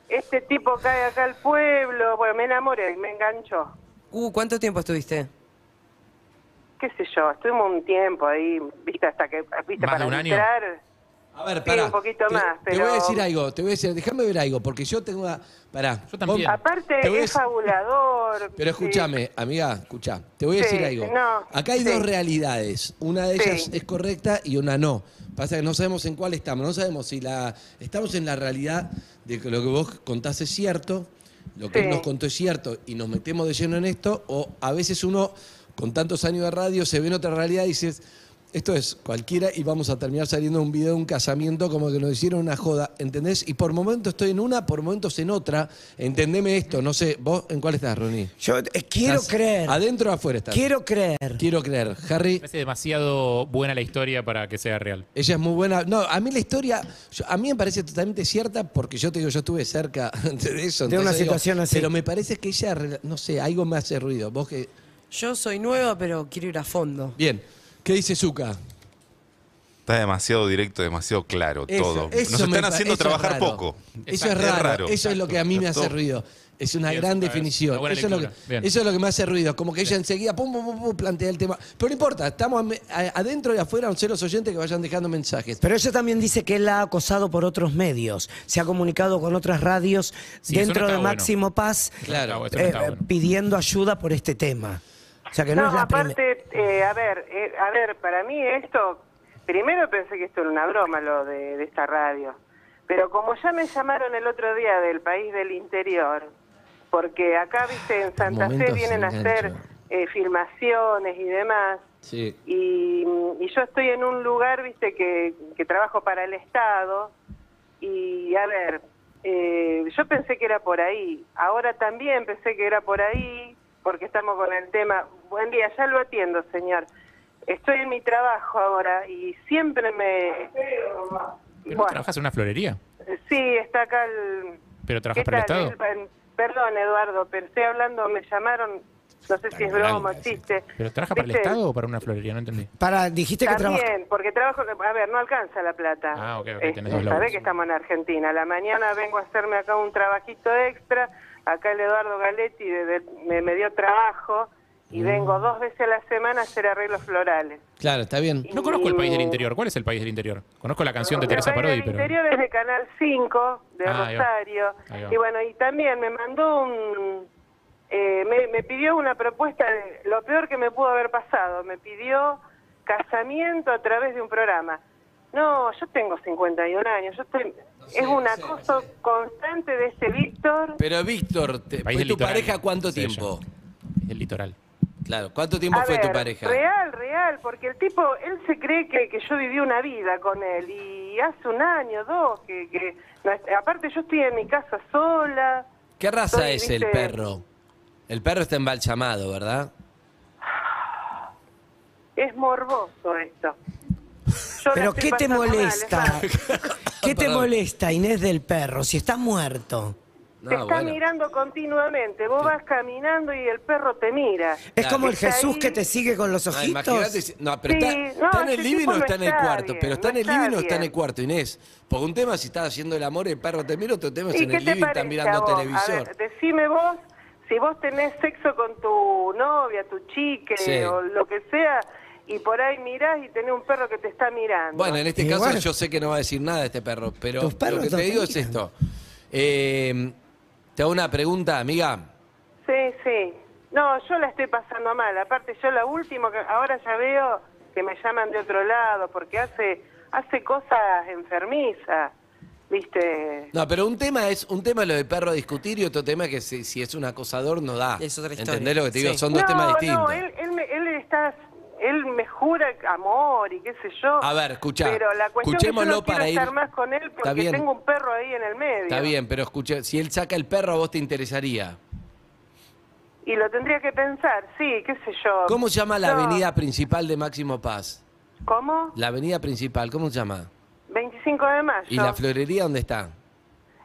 S12: Este tipo cae acá al pueblo. Bueno, me enamoré, me enganchó.
S4: Uh, ¿cuánto tiempo estuviste?
S12: qué sé yo, estuvimos un tiempo ahí, viste, hasta que, viste,
S2: ¿Más de
S12: para
S2: un año?
S12: entrar.
S2: A ver,
S12: Sí, un poquito
S2: te,
S12: más,
S2: Te voy
S12: pero-
S2: a decir algo, te voy a decir, déjame ver algo, porque yo tengo una. Pará. Yo
S12: también. Aparte, es fabulador.
S2: Pero
S12: sí.
S2: escúchame, amiga, escuchá. Te voy a
S12: Sí,
S2: decir algo.
S12: no,
S2: Acá hay
S12: sí.
S2: dos realidades. Una de
S12: Sí.
S2: ellas es correcta y una no. Pasa que no sabemos en cuál estamos. No sabemos si la. Estamos en la realidad de que lo que vos contás es cierto, lo que
S12: Sí.
S2: él nos contó es cierto y nos metemos de lleno en esto, o a veces uno, con tantos años de radio, se ve en otra realidad y dices. Esto es cualquiera y vamos a terminar saliendo un video de un casamiento como que nos hicieron una joda, ¿entendés? Y por momentos estoy en una, por momentos en otra. Entendeme esto, no sé, ¿vos en cuál estás, Ronnie?
S3: Yo eh, quiero creer.
S2: ¿Adentro o afuera estás?
S3: Quiero creer.
S2: Quiero creer. Harry,
S5: Me parece demasiado buena la historia para que sea real.
S2: ella es muy buena. No, a mí la historia, yo- a mí me parece totalmente cierta porque yo te digo, yo estuve cerca de eso.
S3: De
S2: entonces
S3: una
S2: digo,
S3: situación así.
S2: Pero me parece que ella, rela- no sé, algo me hace ruido. Vos que...
S4: Yo soy nueva, pero quiero ir a fondo.
S2: Bien, ¿qué dice Zuka?
S7: Está demasiado directo, demasiado claro
S2: Eso-
S7: todo.
S2: eso
S7: Nos
S2: me
S7: están
S2: pa-
S7: haciendo
S2: eso
S7: trabajar
S2: es raro.
S7: poco.
S2: Eso es raro, eso es lo que a mí me hace
S7: Exacto.
S2: ruido. Es una
S7: Bien,
S2: gran
S7: Zucca, es
S2: definición.
S7: una buena
S2: eso, es lo que,
S7: lectura. Bien.
S2: eso es lo que me hace ruido. Como que ella enseguida pum, pum, pum, pum, plantea el tema. Pero no importa, estamos a- a- adentro y afuera, un ceros oyentes que vayan dejando mensajes.
S3: Pero ella también dice que él la ha acosado por otros medios. Se ha comunicado con otras radios
S2: Sí, eso
S3: dentro
S2: no
S3: de
S2: está bueno.
S3: Máximo Paz
S2: Claro,
S3: eh, pidiendo ayuda por este tema. O sea que no,
S12: No,
S3: es la primera.
S12: aparte, eh, a ver, eh, a ver, para mí esto, primero pensé que esto era una broma lo de, de esta radio, pero como ya me llamaron el otro día del país del interior, porque acá, viste, en Santa Fe
S2: momento se
S12: vienen a
S2: engancha.
S12: hacer eh, filmaciones y demás.
S2: Sí.
S12: Y, y yo estoy en un lugar, viste, que, que trabajo para el Estado. Y a ver, eh, yo pensé que era por ahí. Ahora también pensé que era por ahí, porque estamos con el tema. Buen día, ya lo atiendo, señor. Estoy en mi trabajo ahora y siempre me.
S5: Pero
S12: eh, Bueno,
S5: trabajas en una florería,
S12: sí, está acá el.
S5: pero
S12: ¿Qué
S5: trabajas para el
S12: tal,
S5: Estado.
S12: Elba? Perdón, Eduardo, pero estoy hablando, me llamaron, no sé si es broma o chiste.
S5: ¿Pero trabajas para el
S12: ¿Viste?
S5: Estado o para una florería? No entendí.
S3: Para, dijiste que trabajas.
S12: También, porque trabajo, a ver, no alcanza la plata.
S5: Ah, ok, ok,
S12: Este,
S5: tenés dos
S12: Sabés
S5: laburos.
S12: que estamos en Argentina. A la mañana vengo a hacerme acá un trabajito extra. Acá el Eduardo Galetti de- de- me, me dio trabajo y vengo dos veces a la semana a hacer arreglos florales.
S2: Claro, está bien.
S5: No conozco el país del interior. ¿Cuál es el país del interior? Conozco la canción de
S12: El
S5: Teresa Parodi,
S12: del
S5: pero.
S12: interior es de Canal 5, de
S5: Ah, ahí va.
S12: Rosario.
S5: Ahí va.
S12: Y bueno, y también me mandó un... eh, me, me pidió una propuesta, de lo peor que me pudo haber pasado, me pidió casamiento a través de un programa. No, yo tengo 51 años, yo estoy- es un acoso constante de este Víctor.
S2: Pero Víctor, te-
S5: País
S2: ¿fue
S5: del
S2: tu
S5: litoral.
S2: pareja cuánto
S5: Sí,
S2: tiempo?
S5: El litoral.
S2: Claro, ¿cuánto tiempo
S12: A
S2: fue tu
S12: ver,
S2: pareja?
S12: Real, real, porque el tipo, él se cree que, que yo viví una vida con él y hace un año, dos, que, que no es- aparte yo estoy en mi casa sola.
S2: ¿Qué raza
S12: Soy,
S2: es el
S12: viste,
S2: perro? El perro está embalsamado, ¿verdad?
S12: Es morboso esto. Yo la
S3: Pero
S12: estoy
S3: ¿qué te
S12: pasando mal, ¿eh?
S3: molesta?
S12: es más,
S3: ¿Qué te
S2: Perdón.
S3: molesta, Inés del Perro, si está muerto?
S2: No,
S12: te está
S2: Ah, bueno.
S12: mirando continuamente, vos vas caminando y el perro te mira.
S3: Es como el
S12: Está
S3: Jesús
S12: ahí.
S3: que te sigue con los
S2: Ah,
S3: ojitos.
S2: imagínate, si- no, pero
S12: Sí,
S2: está,
S12: no,
S2: está en el
S12: ese
S2: living
S12: tipo
S2: o
S12: no
S2: está en el
S12: está
S2: cuarto.
S12: bien,
S2: pero está
S12: no
S2: en el
S12: está
S2: living o está en el
S12: bien.
S2: cuarto, Inés. Porque un tema si estás haciendo el amor, el perro te mira, otro tema es
S12: ¿Y
S2: Pues en
S12: qué
S2: el
S12: te
S2: living, está
S12: parece a
S2: mirando
S12: vos? A
S2: televisor.
S12: ver, decime vos, si vos tenés sexo con tu novia, tu chique
S2: Sí.
S12: o lo que sea, y por ahí mirás y tenés un perro que te está mirando.
S2: Bueno, en este
S3: Y
S2: caso
S3: bueno.
S2: yo sé que no va a decir nada este perro, pero
S3: Tus perros
S2: lo que te
S3: no
S2: digo es
S3: te miran.
S2: esto. Eh, te hago una pregunta, amiga.
S12: Sí, sí. No, yo la estoy pasando mal. Aparte, yo la última, que ahora ya veo que me llaman de otro lado, porque hace, hace cosas enfermizas, ¿viste?
S2: No, pero un tema es un tema es lo del perro discutir y otro tema que si, si es un acosador no da.
S4: Es otra historia.
S2: ¿Entendés lo que te digo?
S4: Sí.
S2: Son dos temas distintos.
S12: No, él, él, me- él está... Él me jura amor y qué sé yo.
S2: A ver, escuchá,
S12: Pero la cuestión es que yo
S2: escuchémoslo
S12: no quiero
S2: para ir-
S12: estar más con él
S2: Está
S12: porque
S2: bien.
S12: tengo un perro ahí en el medio.
S2: Está bien, pero escucha, si él saca el perro a vos te interesaría.
S12: Y lo tendría que pensar, sí, qué sé yo.
S2: ¿Cómo se llama la
S12: No.
S2: avenida principal de Máximo Paz?
S12: ¿Cómo?
S2: La avenida principal, ¿cómo se llama?
S12: 25 de mayo.
S2: ¿Y la florería dónde está?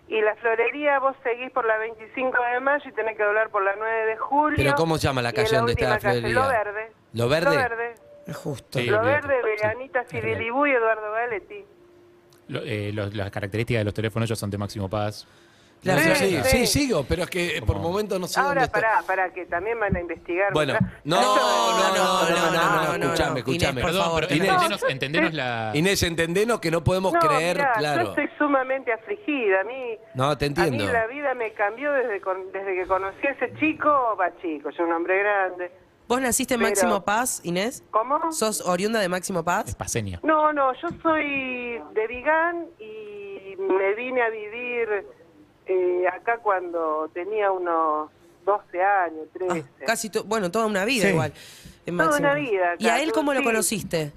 S12: Y la florería vos seguís por la 25 de mayo y tenés que doblar por la 9 de julio.
S2: ¿Pero cómo se llama la
S12: Y
S2: calle
S12: es
S2: donde está
S12: última
S2: la
S12: calle,
S2: florería?
S12: Lo Verde.
S2: ¿Lo Verde?
S12: Lo Verde.
S3: Es justo.
S5: Sí,
S12: Lo
S5: olvídate.
S12: Verde, Veranita Fidelibú y Eduardo Galetti.
S5: Lo- eh, los- las características de los teléfonos ellos son de Máximo Paz.
S2: No
S12: Sí,
S2: sé, sí, sí,
S12: sí.
S2: sigo, pero es que eh, por
S5: ¿Cómo?
S2: momentos no sé dónde
S12: Ahora,
S2: está.
S12: pará, pará, que también van a investigar.
S2: Bueno,
S12: ¿verdad?
S2: no,
S12: Eso-
S2: no, no, no, no, no,
S4: no.
S2: escuchame, escuchame.
S4: Inés, por
S5: Perdón,
S4: favor,
S5: pero
S2: Inés.
S5: entendenos, entendenos la.
S2: Inés, entendenos que no podemos
S12: No,
S2: creer,
S12: mirá,
S2: claro.
S12: Yo estoy sumamente afligida. A mí,
S2: No, te entiendo.
S12: A mí la vida me cambió desde, con- desde que conocí a ese chico. Va, chico, yo un hombre grande.
S4: ¿Vos naciste en
S12: Pero-
S4: Máximo Paz, Inés?
S12: ¿Cómo?
S4: ¿Sos oriunda de Máximo
S5: Es
S4: Paz?
S5: paseña.
S12: No, no, yo soy de Vigán y me vine a vivir eh, acá cuando tenía unos 12 años, 13.
S4: Ah, casi, to- bueno, toda una vida
S3: Sí.
S4: igual. en
S12: Toda
S4: Máximo
S12: una
S4: Paz.
S12: vida
S4: ¿Y a
S12: acá,
S4: él cómo lo
S12: sí.
S4: conociste?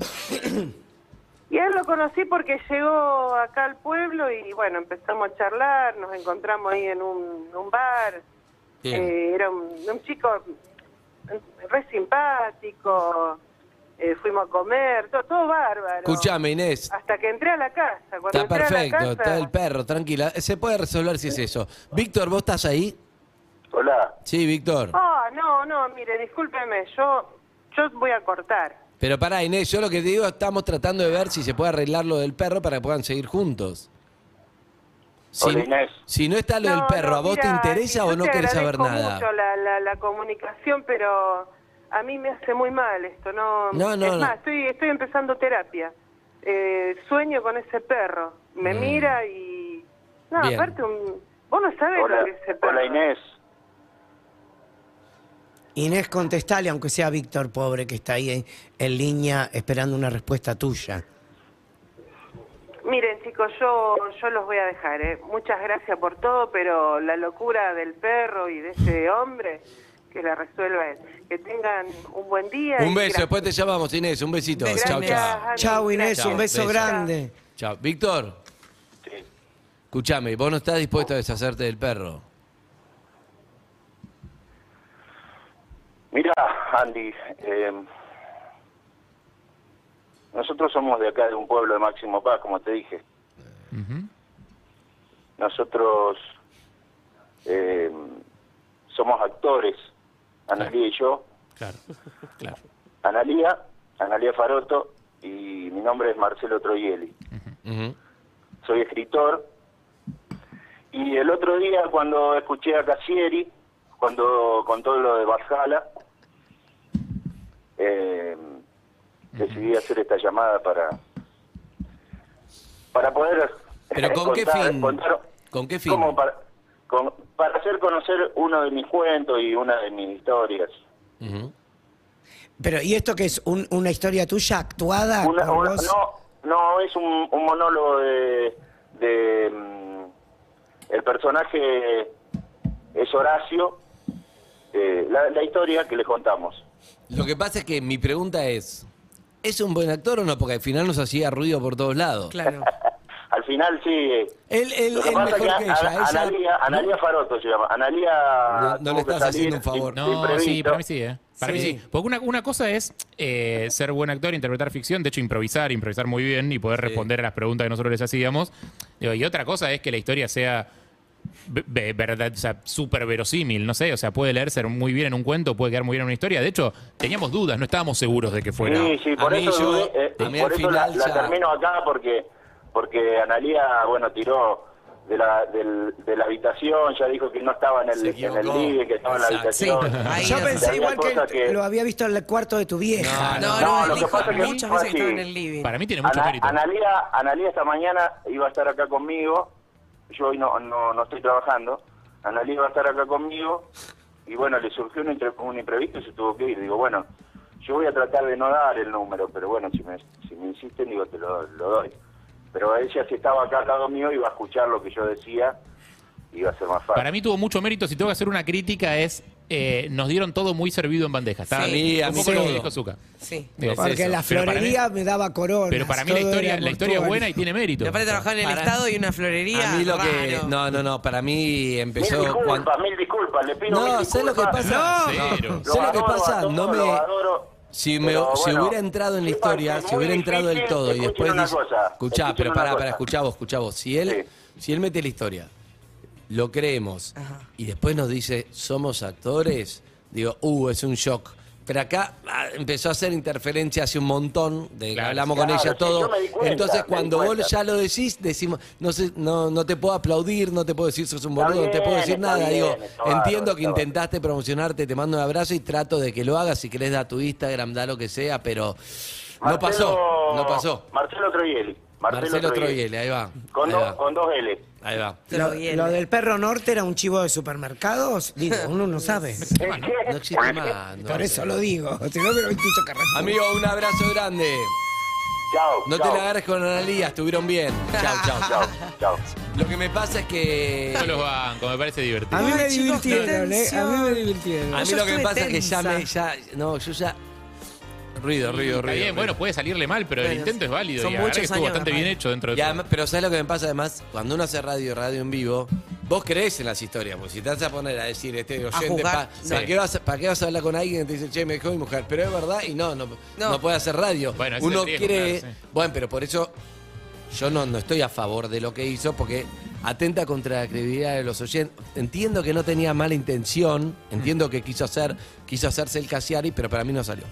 S12: Y a él lo conocí porque llegó acá al pueblo y bueno, empezamos a charlar, nos encontramos ahí en un, un bar.
S2: Bien.
S12: Eh, era un, un chico re simpático, eh, fuimos a comer, todo, todo bárbaro.
S2: Escuchame, Inés.
S12: Hasta que entré a la casa. Ah, Cuando
S2: Está
S12: entré
S2: perfecto,
S12: a la casa,
S2: está el perro, tranquila. Se puede resolver si es eso. Víctor, ¿vos estás ahí?
S9: Hola.
S2: Sí, Víctor.
S12: Ah, no, no, mire, discúlpeme, yo, yo voy a cortar.
S2: Pero pará, Inés, yo lo que te digo, estamos tratando de ver si se puede arreglar lo del perro para que puedan seguir juntos. Si,
S9: Hola, Inés.
S2: si no está lo del
S12: No,
S2: perro,
S12: no,
S2: ¿a vos te
S12: mira,
S2: interesa
S12: yo
S2: o no
S12: te
S2: querés saber
S12: agradezco
S2: nada?
S12: mucho la, la, la comunicación, pero a mí me hace muy mal esto, ¿no?
S2: No, no,
S12: es
S2: no.
S12: más, estoy, estoy empezando terapia. Eh, sueño con ese perro. Me mira y... No,
S2: Mm. Bien.
S12: aparte, un- vos no sabés
S9: Hola,
S12: lo que es ese perro.
S9: hola Inés.
S3: Inés, contestale, aunque sea Víctor Pobre, que está ahí en, en línea esperando una respuesta tuya.
S12: Miren, chicos, yo, yo los voy a dejar. ¿eh? Muchas gracias por todo, pero la locura del perro y de ese hombre, que la resuelva él. Que tengan un buen día.
S2: Un
S12: y
S2: beso,
S12: gracias.
S2: después te llamamos, Inés. Un besito.
S12: Gracias,
S2: Chao, chao.
S12: Andy. Chau, Inés, un beso
S3: grande.
S2: Chao. Víctor. Escuchame, vos no estás dispuesto a deshacerte del perro.
S6: Mira, Andy, eh, nosotros somos de acá, de un pueblo de Máximo Paz, como te dije. Nosotros eh, somos actores, Analía y yo.
S5: Claro, claro.
S6: Analía, Analía Faroto, y mi nombre es Marcelo Troielli. Soy escritor. Y el otro día, cuando escuché a Casieri, cuando contó lo de Barjala, eh, decidí hacer esta llamada para para poder
S2: Pero ¿con qué
S6: contar-
S2: fin?
S6: contar
S2: ¿Con qué fin?
S6: como para, con- para hacer conocer uno de mis cuentos y una de mis historias.
S3: Pero, ¿y esto que es un- una historia tuya
S2: Ah,
S3: actuada?
S6: Una-
S3: por
S6: una-
S3: vos?
S6: no, no, es un, un monólogo de, de, mm, El personaje es Horacio. eh, la, la historia que les contamos.
S2: Lo que pasa es que mi pregunta es: ¿es un buen actor o no? Porque al final nos hacía ruido por todos lados.
S4: Claro.
S6: Al final sí. eh,
S2: Él, él
S6: Lo que
S2: es
S6: pasa
S2: mejor
S6: es
S2: que
S6: Ana-
S2: ella. Ella-
S6: Analía, Analía Faroto se llama. Analía.
S2: No- no le
S6: tuvo que
S2: estás
S6: salir
S2: haciendo un favor.
S6: de- de
S5: No, sí,
S6: imprevisto.
S5: para mí sí, ¿eh? Para
S2: Sí.
S5: mí sí. Porque una, una cosa es eh, ser buen actor, interpretar ficción, de hecho improvisar, improvisar muy bien y poder responder a las preguntas que nosotros les hacíamos. Digo, Y otra cosa es que la historia sea ve- ve- verdad, o sea, súper verosímil, no sé, o sea, puede leerse muy bien en un cuento, puede quedar muy bien en una historia. De hecho, teníamos dudas, no estábamos seguros de que fuera.
S6: Sí, sí, por
S2: a mí
S6: eso,
S2: yo-
S6: dudé, eh,
S2: a mí
S6: por
S2: al
S6: eso la,
S2: final
S6: la
S2: ya-
S6: termino acá porque porque Analía, bueno, tiró de la, del- de la habitación, ya dijo que no estaba en el,
S2: Se
S6: en el
S2: equivocó.
S6: living, que estaba en la
S2: Exacto.
S6: habitación.
S2: Sí.
S4: Ahí
S3: Yo
S4: no.
S3: pensé
S6: Había
S3: igual
S6: cosas
S3: que, lo había visto en el cuarto de tu vieja.
S4: No,
S6: No,
S4: no,
S6: lo
S4: él
S6: que
S4: dijo
S6: pasa es que
S4: muchas
S6: fue
S4: veces que estaba
S6: así.
S4: en el living.
S5: Para mí tiene mucho
S6: Ana-
S5: mérito.
S6: Analía, Analía esta mañana iba a estar acá conmigo, yo hoy no, no, no estoy trabajando, Analía iba a estar acá conmigo y bueno, le surgió un, entre- un imprevisto y se tuvo que ir. Digo, bueno, yo voy a tratar de no dar el número, pero bueno, si me, si me insisten, digo, te lo, lo doy. Pero ella si estaba acá al lado mío iba a escuchar lo que yo decía, iba a ser más fácil.
S5: Para mí tuvo mucho mérito, si tengo que hacer una crítica, es eh, nos dieron todo muy servido en bandeja. Estaba
S4: Sí.
S2: A mí- a
S5: un
S2: mí
S5: poco lo que
S2: todo.
S5: dijo Zucca.
S4: Sí.
S5: Digo,
S3: Porque la
S5: pero para mí-
S3: florería me daba corona.
S5: Pero para mí la historia, la historia es buena y tiene mérito.
S4: Y aparte trabajar en el Estado y una florería.
S2: A mí lo que.
S4: raro.
S2: No, no, no. Para mí
S6: Mil
S2: empezó.
S6: disculpas,
S2: cuando-
S6: mil disculpas, le pido mil
S2: No,
S6: disculpas.
S2: ¿sabes lo que pasa?
S5: Cero.
S2: ¿Sabes lo que
S6: adoro a
S2: pasa?
S6: todos,
S2: No me-
S6: los adoro,
S2: Si, me,
S6: pero
S2: si
S6: bueno,
S2: hubiera entrado en la
S6: sí,
S2: historia,
S6: es
S2: si
S6: muy
S2: hubiera entrado el
S6: difícil,
S2: todo y
S6: escuchen
S2: después
S6: una
S2: dice,
S6: cosa,
S2: escuchá,
S6: escuchen
S2: pero
S6: una
S2: pará,
S6: cosa.
S2: pará, escuchá vos, escuchá vos. Si él, si él mete la historia, lo creemos y después nos dice, somos actores, digo, uh, es un shock. Pero acá ah, empezó a hacer interferencia hace un montón, de que
S5: Claro.
S2: hablamos
S6: Claro,
S2: con ella
S6: sí,
S2: todo.
S6: yo me di cuenta, me
S2: Entonces,
S6: di
S2: cuando vos
S6: cuenta.
S2: ya lo decís, decimos, no sé, no, no te puedo aplaudir, no te puedo decir sos un
S6: Está
S2: boludo, no te puedo
S6: bien,
S2: decir
S6: está
S2: nada.
S6: bien,
S2: digo,
S6: está bárbaro,
S2: entiendo que
S6: está bárbaro.
S2: intentaste promocionarte, te mando un abrazo y trato de que lo hagas. Si querés, da tu Instagram, da lo que sea, pero no
S6: Marcelo-
S2: pasó, no pasó.
S6: Marcelo Troielli.
S2: Marcelo, Troyele, ahí va.
S6: Con,
S2: ahí
S6: dos-
S2: va,
S6: con dos L.
S2: ahí va.
S3: Lo,
S4: Pero bien.
S3: lo del perro norte era un chivo de supermercados. Digo, uno no sabe.
S2: No existe más. no
S3: Por
S2: sé.
S3: eso lo digo. Si no, me lo hubiese dicho Carrasco.
S2: Amigo, un abrazo grande.
S6: Chao.
S2: No te
S6: chao,
S2: la agarres con Analía, estuvieron bien. Chao, chao.
S6: Chao, chao.
S2: Lo que me pasa es que.
S5: Yo los banco, me parece divertido.
S3: A mí me
S4: Ay, chicos, qué
S3: divirtieron, ¿eh? A mí me
S4: tensión.
S3: divirtieron.
S2: A mí
S4: Yo
S2: lo que me
S4: estuve
S2: pasa es que ya
S4: tensa.
S2: me. Ya, no, yo ya. Ruido, ruido, ruido.
S5: Está bien,
S2: ruido.
S5: bueno, puede salirle mal, pero el
S4: Bueno,
S5: intento es válido.
S4: son
S5: y la verdad
S4: muchos
S5: que estuvo
S4: años
S5: bastante
S4: de
S5: bien
S4: radio.
S5: hecho dentro
S2: Y
S5: de
S2: además- pero ¿sabes lo que me pasa además? Cuando uno hace radio, radio en vivo, vos crees en las historias, porque si te vas a poner a decir, este oyente,
S4: jugar,
S2: pa-
S4: no.
S2: ¿para,
S5: Sí.
S2: qué vas, a- ¿para qué vas a hablar con alguien que te dice, che, me dejó mi mujer? Pero es verdad y no, no, no.
S4: No.
S2: puede hacer radio.
S5: Bueno, ese
S2: uno
S5: es el riesgo,
S2: cree...
S5: claro, sí.
S2: Bueno, pero por eso yo no, no estoy a favor de lo que hizo, porque atenta contra la credibilidad de los oyentes. Entiendo que no tenía mala intención, entiendo que quiso hacer, quiso hacerse el Casiari, pero para mí no salió.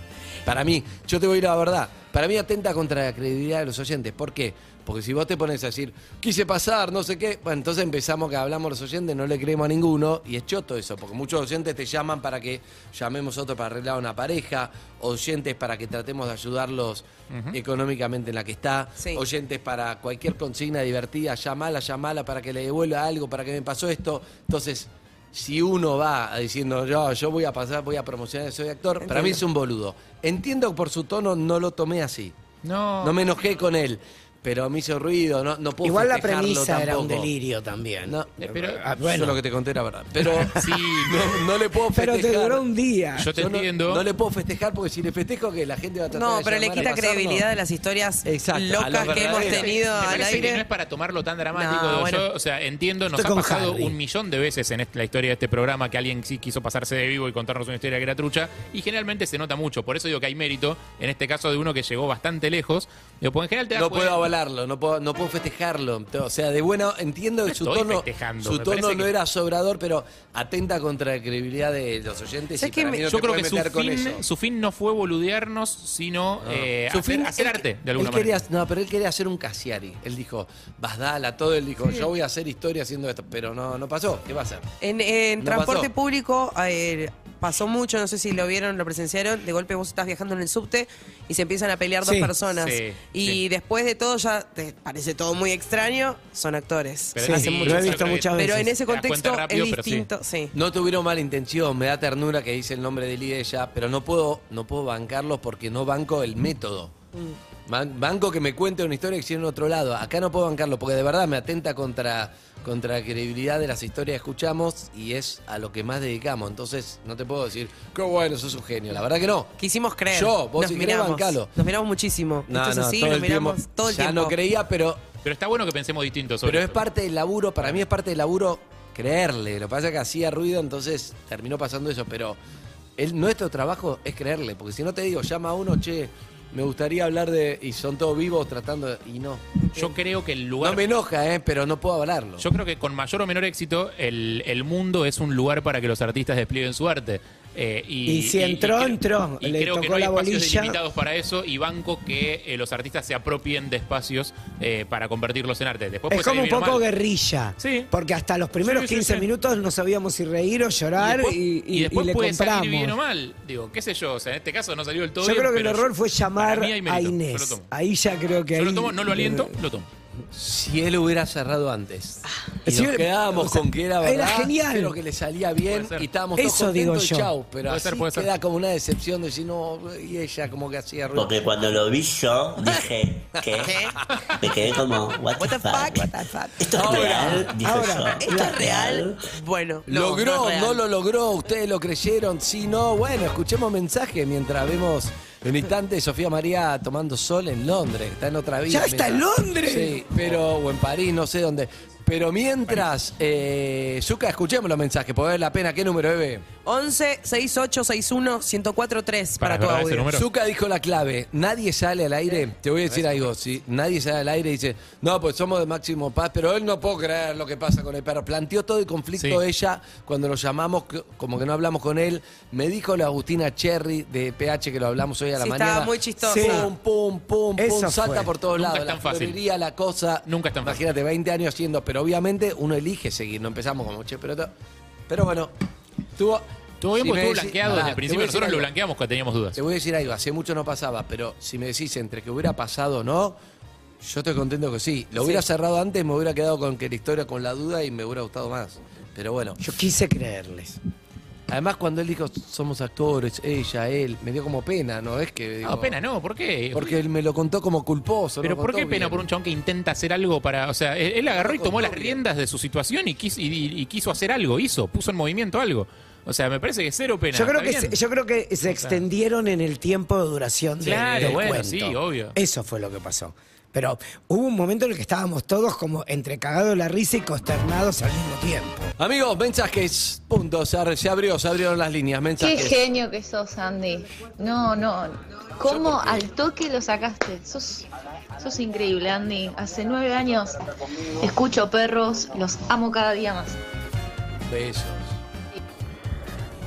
S2: Para mí, yo te voy a ir a la verdad, para mí atenta contra la credibilidad de los oyentes. ¿Por qué? Porque si vos te pones a decir, quise pasar, no sé qué, bueno, entonces empezamos que hablamos los oyentes, no le creemos a ninguno, y es choto eso, porque muchos oyentes te llaman para que llamemos a otro para arreglar una pareja, oyentes para que tratemos de ayudarlos económicamente en la que está,
S4: Sí.
S2: oyentes para cualquier consigna divertida, llamala, llamala para que le devuelva algo, para que me pasó esto. Entonces, si uno va diciendo, yo, yo voy a pasar, voy a promocionar, soy actor, para mí es un boludo. Entiendo por su tono, no lo tomé así.
S5: No.
S2: No me enojé con él. pero me hizo ruido, no, no puedo
S3: Igual la
S2: festejarlo
S3: premisa era un
S2: tampoco.
S3: delirio también.
S2: No,
S5: Eh, pero-
S2: ah, eso es lo que te conté era verdad. Pero
S5: Sí.
S2: no, no le puedo
S3: Pero
S2: festejar.
S3: te duró un día.
S5: Yo te
S2: no-
S5: entiendo.
S2: No, le puedo festejar porque si le festejo que la gente va a tratar
S4: No,
S2: de
S4: pero le
S2: llamar y
S4: quita
S2: pasarnos.
S4: credibilidad a las historias
S2: Exacto, a lo
S4: locas que hemos
S2: verdadero.
S4: tenido
S5: Me
S4: al
S5: parece que no
S4: aire.
S5: es para tomarlo tan dramático.
S4: No,
S5: Yo,
S4: bueno.
S5: o sea, entiendo, nos
S3: Estoy
S5: ha
S3: con
S5: pasado
S3: Harry.
S5: un millón de veces en est- la historia de este programa que alguien sí quiso pasarse de vivo y contarnos una historia que era trucha. Y generalmente se nota mucho. Por eso digo que hay mérito en este caso de uno que llegó bastante lejos. Digo, porque en general te das
S2: No
S5: cuenta-
S2: puedo avalarlo, no puedo, no puedo festejarlo. O sea, de buena, entiendo que su
S5: estoy
S2: tono,
S5: festejando,
S2: su
S5: me
S2: tono
S5: parece
S2: no
S5: que-
S2: era sobrador, pero atenta contra la credibilidad de los oyentes.
S4: ¿Sabes
S2: Y
S4: qué
S2: para
S4: me-
S2: mí no
S5: Yo
S2: te
S5: creo que
S2: puedes
S5: su
S2: meter con
S5: fin,
S2: eso.
S5: su fin no fue boludearnos, sino eh,
S2: Su
S5: hacer,
S2: fin-
S5: hacer
S2: él-
S5: arte, de alguna
S2: él
S5: manera.
S2: quería- No, pero él quería hacer un Casiari. Él dijo, Basdala, todo. Él dijo, yo voy a hacer historia haciendo esto. Pero no, no pasó. ¿Qué va a hacer?
S4: En, en
S2: No
S4: transporte
S2: pasó.
S4: público eh, pasó mucho, no sé si lo vieron, lo presenciaron. De golpe vos estás viajando en el subte y se empiezan a pelear
S3: Sí,
S4: dos personas.
S5: sí,
S4: y
S5: sí.
S4: después de todo ya te parece todo muy extraño, son actores.
S5: Pero
S3: Sí,
S5: es así,
S3: lo
S5: yo
S3: he visto
S5: creo que-
S3: muchas veces.
S4: Pero en ese
S5: Te das cuenta
S4: contexto
S5: rápido,
S4: es
S5: pero sí.
S4: distinto. Sí.
S2: No tuvieron mala intención, me da ternura que dice el nombre del IDE ya, pero no puedo, no puedo bancarlos porque no banco el método.
S4: Mm.
S2: Ban- Banco que me cuente una historia que hicieron en otro lado. Acá no puedo bancarlo porque de verdad me atenta contra, contra la credibilidad de las historias que escuchamos y es a lo que más dedicamos. Entonces no te puedo decir, qué bueno, sos un genio. La verdad que no.
S4: Quisimos creer.
S2: Yo, vos
S4: nos
S2: si querés,
S4: miramos.
S2: bancalo.
S4: Nos miramos muchísimo.
S2: No,
S4: Esto es
S2: no,
S4: así,
S2: todo
S4: nos
S2: el
S4: miramos
S2: tiempo-
S4: todo el
S2: ya
S4: tiempo.
S2: no creía, pero
S5: Pero está bueno que pensemos distinto sobre
S2: pero es
S5: esto.
S2: parte del laburo, para mí es parte del laburo creerle. Lo que pasa es que hacía ruido, entonces terminó pasando eso. Pero el, nuestro trabajo es creerle, porque si no te digo, llama a uno, che, me gustaría hablar de. Y son todos vivos tratando. de- y no.
S5: Yo creo que el lugar
S2: No me enoja, ¿eh? pero no puedo avalarlo.
S5: Yo creo que con mayor o menor éxito, el, el mundo es un lugar para que los artistas desplieguen su arte. Eh, y,
S3: Y si entró,
S5: creo-
S3: entró.
S5: Y
S3: Le
S5: creo que
S3: tocó
S5: no hay
S3: la
S5: espacios
S3: bolilla.
S5: delimitados para eso y banco que eh, los artistas se apropien de espacios eh, para convertirlos en arte. Después
S3: Es
S5: puede salir
S3: como un
S5: bien o
S3: poco
S5: mal.
S3: guerrilla.
S5: Sí.
S3: Porque hasta los primeros
S5: Sí, sí,
S3: 15
S5: sí.
S3: minutos no sabíamos si reír o llorar y,
S5: y,
S3: y- y
S5: después
S3: le
S5: puede
S3: compramos.
S5: salir bien o mal. Digo, qué sé yo. O sea, en este caso no salió del todo
S3: yo
S5: bien,
S3: creo que el
S5: pero
S3: error fue llamar
S5: para mí hay
S3: a
S5: mérito.
S3: Inés.
S5: Yo lo tomo.
S3: Ahí ya creo que
S5: Yo lo
S3: ahí-
S5: tomo, no lo aliento, lo tomo.
S2: Si él hubiera cerrado antes. Y
S3: Sí,
S2: nos quedábamos
S3: o sea,
S2: con que Ah. era
S3: era
S2: verdad.
S3: genial.
S2: Creo que le salía bien
S5: Puede ser.
S2: y estábamos todos
S3: Eso digo
S2: contentos y
S3: yo.
S2: chau. Pero
S5: Puede
S2: así
S5: ser, puede ser.
S2: queda como una decepción de decir, no, y ella como que hacía ruido.
S13: Porque cuando lo vi yo, dije, ¿qué?
S4: ¿Qué?
S13: Me quedé como, what,
S4: What the fuck? What the fuck?
S13: ¿Esto es
S2: Ahora,
S13: real? Dije
S3: ahora,
S5: eh,
S13: yo.
S4: ¿Esto es real? Bueno, no,
S2: logró,
S4: no
S2: no,
S4: es real.
S2: lo logró, ustedes lo creyeron, si no, bueno, escuchemos mensaje mientras vemos en instante Sofía María tomando sol en Londres, está en otra vida.
S3: ¡Ya está en Londres!
S2: Sí, pero, o en París, no sé dónde. Pero mientras, eh, Zuka, escuchemos los mensajes, porque vale la pena, ¿qué número bebé?
S4: 11 68 61 1043 para,
S5: Para,
S4: tu
S5: para ese
S4: audio.
S5: número. Pero-
S2: Zuka dijo la clave, nadie sale al aire, te voy a decir algo, si nadie sale al aire y dice, no, pues somos de Máximo Paz, pero él no puede creer lo que pasa con el perro. Planteó todo el conflicto
S5: Sí.
S2: ella cuando lo llamamos, que- como que no hablamos con él, me dijo la Agustina Cherry de PH que lo hablamos hoy a la
S4: Sí,
S2: mañana.
S4: estaba muy chistosa.
S3: Sí.
S2: Pum, pum, pum,
S3: Eso
S2: pum, salta
S3: fue.
S2: por todos
S5: Nunca
S2: lados.
S5: es tan
S2: la
S5: fácil.
S2: florería, la cosa.
S5: Nunca es tan fácil.
S2: Imagínate, 20 años haciendo, pero obviamente uno elige seguir, no empezamos como, che, pero... to-". Pero bueno, tuvo...
S5: Todo bien
S2: si
S5: porque
S2: me
S5: estuvo
S2: decí-
S5: blanqueado
S2: Pará,
S5: desde
S2: te
S5: el principio.
S2: voy a decir
S5: Nosotros lo
S2: algo.
S5: blanqueamos cuando teníamos dudas.
S2: Te voy a decir algo, hace mucho no pasaba, pero si me decís entre que hubiera pasado o no, yo estoy contento que sí. Lo hubiera cerrado antes, me hubiera quedado con que la historia con la duda y me hubiera gustado más. Pero bueno,
S3: Yo quise creerles.
S2: además cuando él dijo somos actores, ella, él, me dio como pena, ¿no? Es que.
S5: No,
S2: digo,
S5: Ah, pena no, ¿por qué?
S2: Porque él me lo contó como culposo.
S5: Pero
S2: no
S5: ¿por
S2: contó
S5: qué pena
S2: bien.
S5: por un chabón que intenta hacer algo para... O sea, él, él agarró y
S2: Contó
S5: tomó las
S2: bien.
S5: riendas de su situación y quiso, y, y quiso hacer algo, hizo, puso en movimiento algo. O sea, me parece que cero pena.
S3: Yo creo,
S5: está
S3: que se,
S5: bien.
S3: yo creo que se extendieron en el tiempo de duración de-
S5: Claro,
S3: del
S5: bueno,
S3: cuento.
S5: sí, obvio.
S3: Eso fue lo que pasó. Pero hubo un momento en el que estábamos todos como entre cagados de la risa y consternados al mismo tiempo.
S2: Amigos, mensajes, punto, se ar- se abrió, se abrieron las líneas,
S14: Qué
S2: mensajes.
S14: genio que sos, Andy. No, no. ¿Cómo al toque lo sacaste? Sos, sos increíble, Andy. Hace nueve años escucho perros, los amo cada día más.
S2: Besos.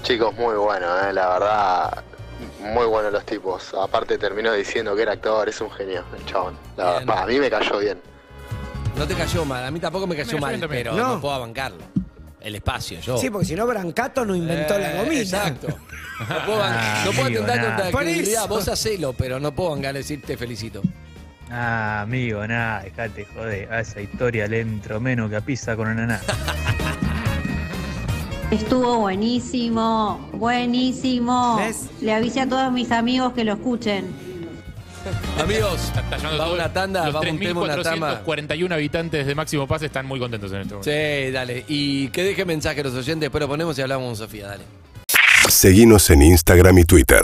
S15: Chicos, muy bueno, eh, la verdad, muy buenos los tipos. Aparte terminó diciendo que era actor, es un genio, el chabón. La
S2: Bien.
S15: verdad, a mí me cayó bien.
S2: No te cayó mal, a mí tampoco me cayó
S5: cayó
S2: mal,
S5: bien también.
S2: pero
S3: No.
S2: no. puedo bancarlo. El espacio,
S5: Oh.
S2: yo.
S3: Sí, porque si no, Brancato no inventó la
S2: Eh,
S3: gomita.
S2: Exacto. No puedo, ban- no puedo
S16: amigo,
S2: atentar
S16: nada.
S2: contra la
S3: Por
S2: credibilidad.
S3: eso.
S2: Vos hacelo, pero no puedo bancar decir te felicito.
S16: Ah, amigo, nada, dejate, joder. A esa historia le entro menos que a pizza con ananá.
S17: Estuvo buenísimo, buenísimo.
S3: ¿Ves?
S17: Le avisé a todos mis amigos que lo escuchen.
S2: Amigos, va
S5: todo-
S2: una tanda,
S5: los
S2: vamos un tema, una tanda.
S5: 3.441 habitantes de Máximo Paz están muy contentos en este momento.
S2: Sí, dale. Y que deje mensaje a los oyentes, después lo ponemos y hablamos con Sofía, dale.
S1: Seguinos en Instagram y Twitter.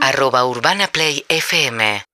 S4: Arroba Urbana Play FM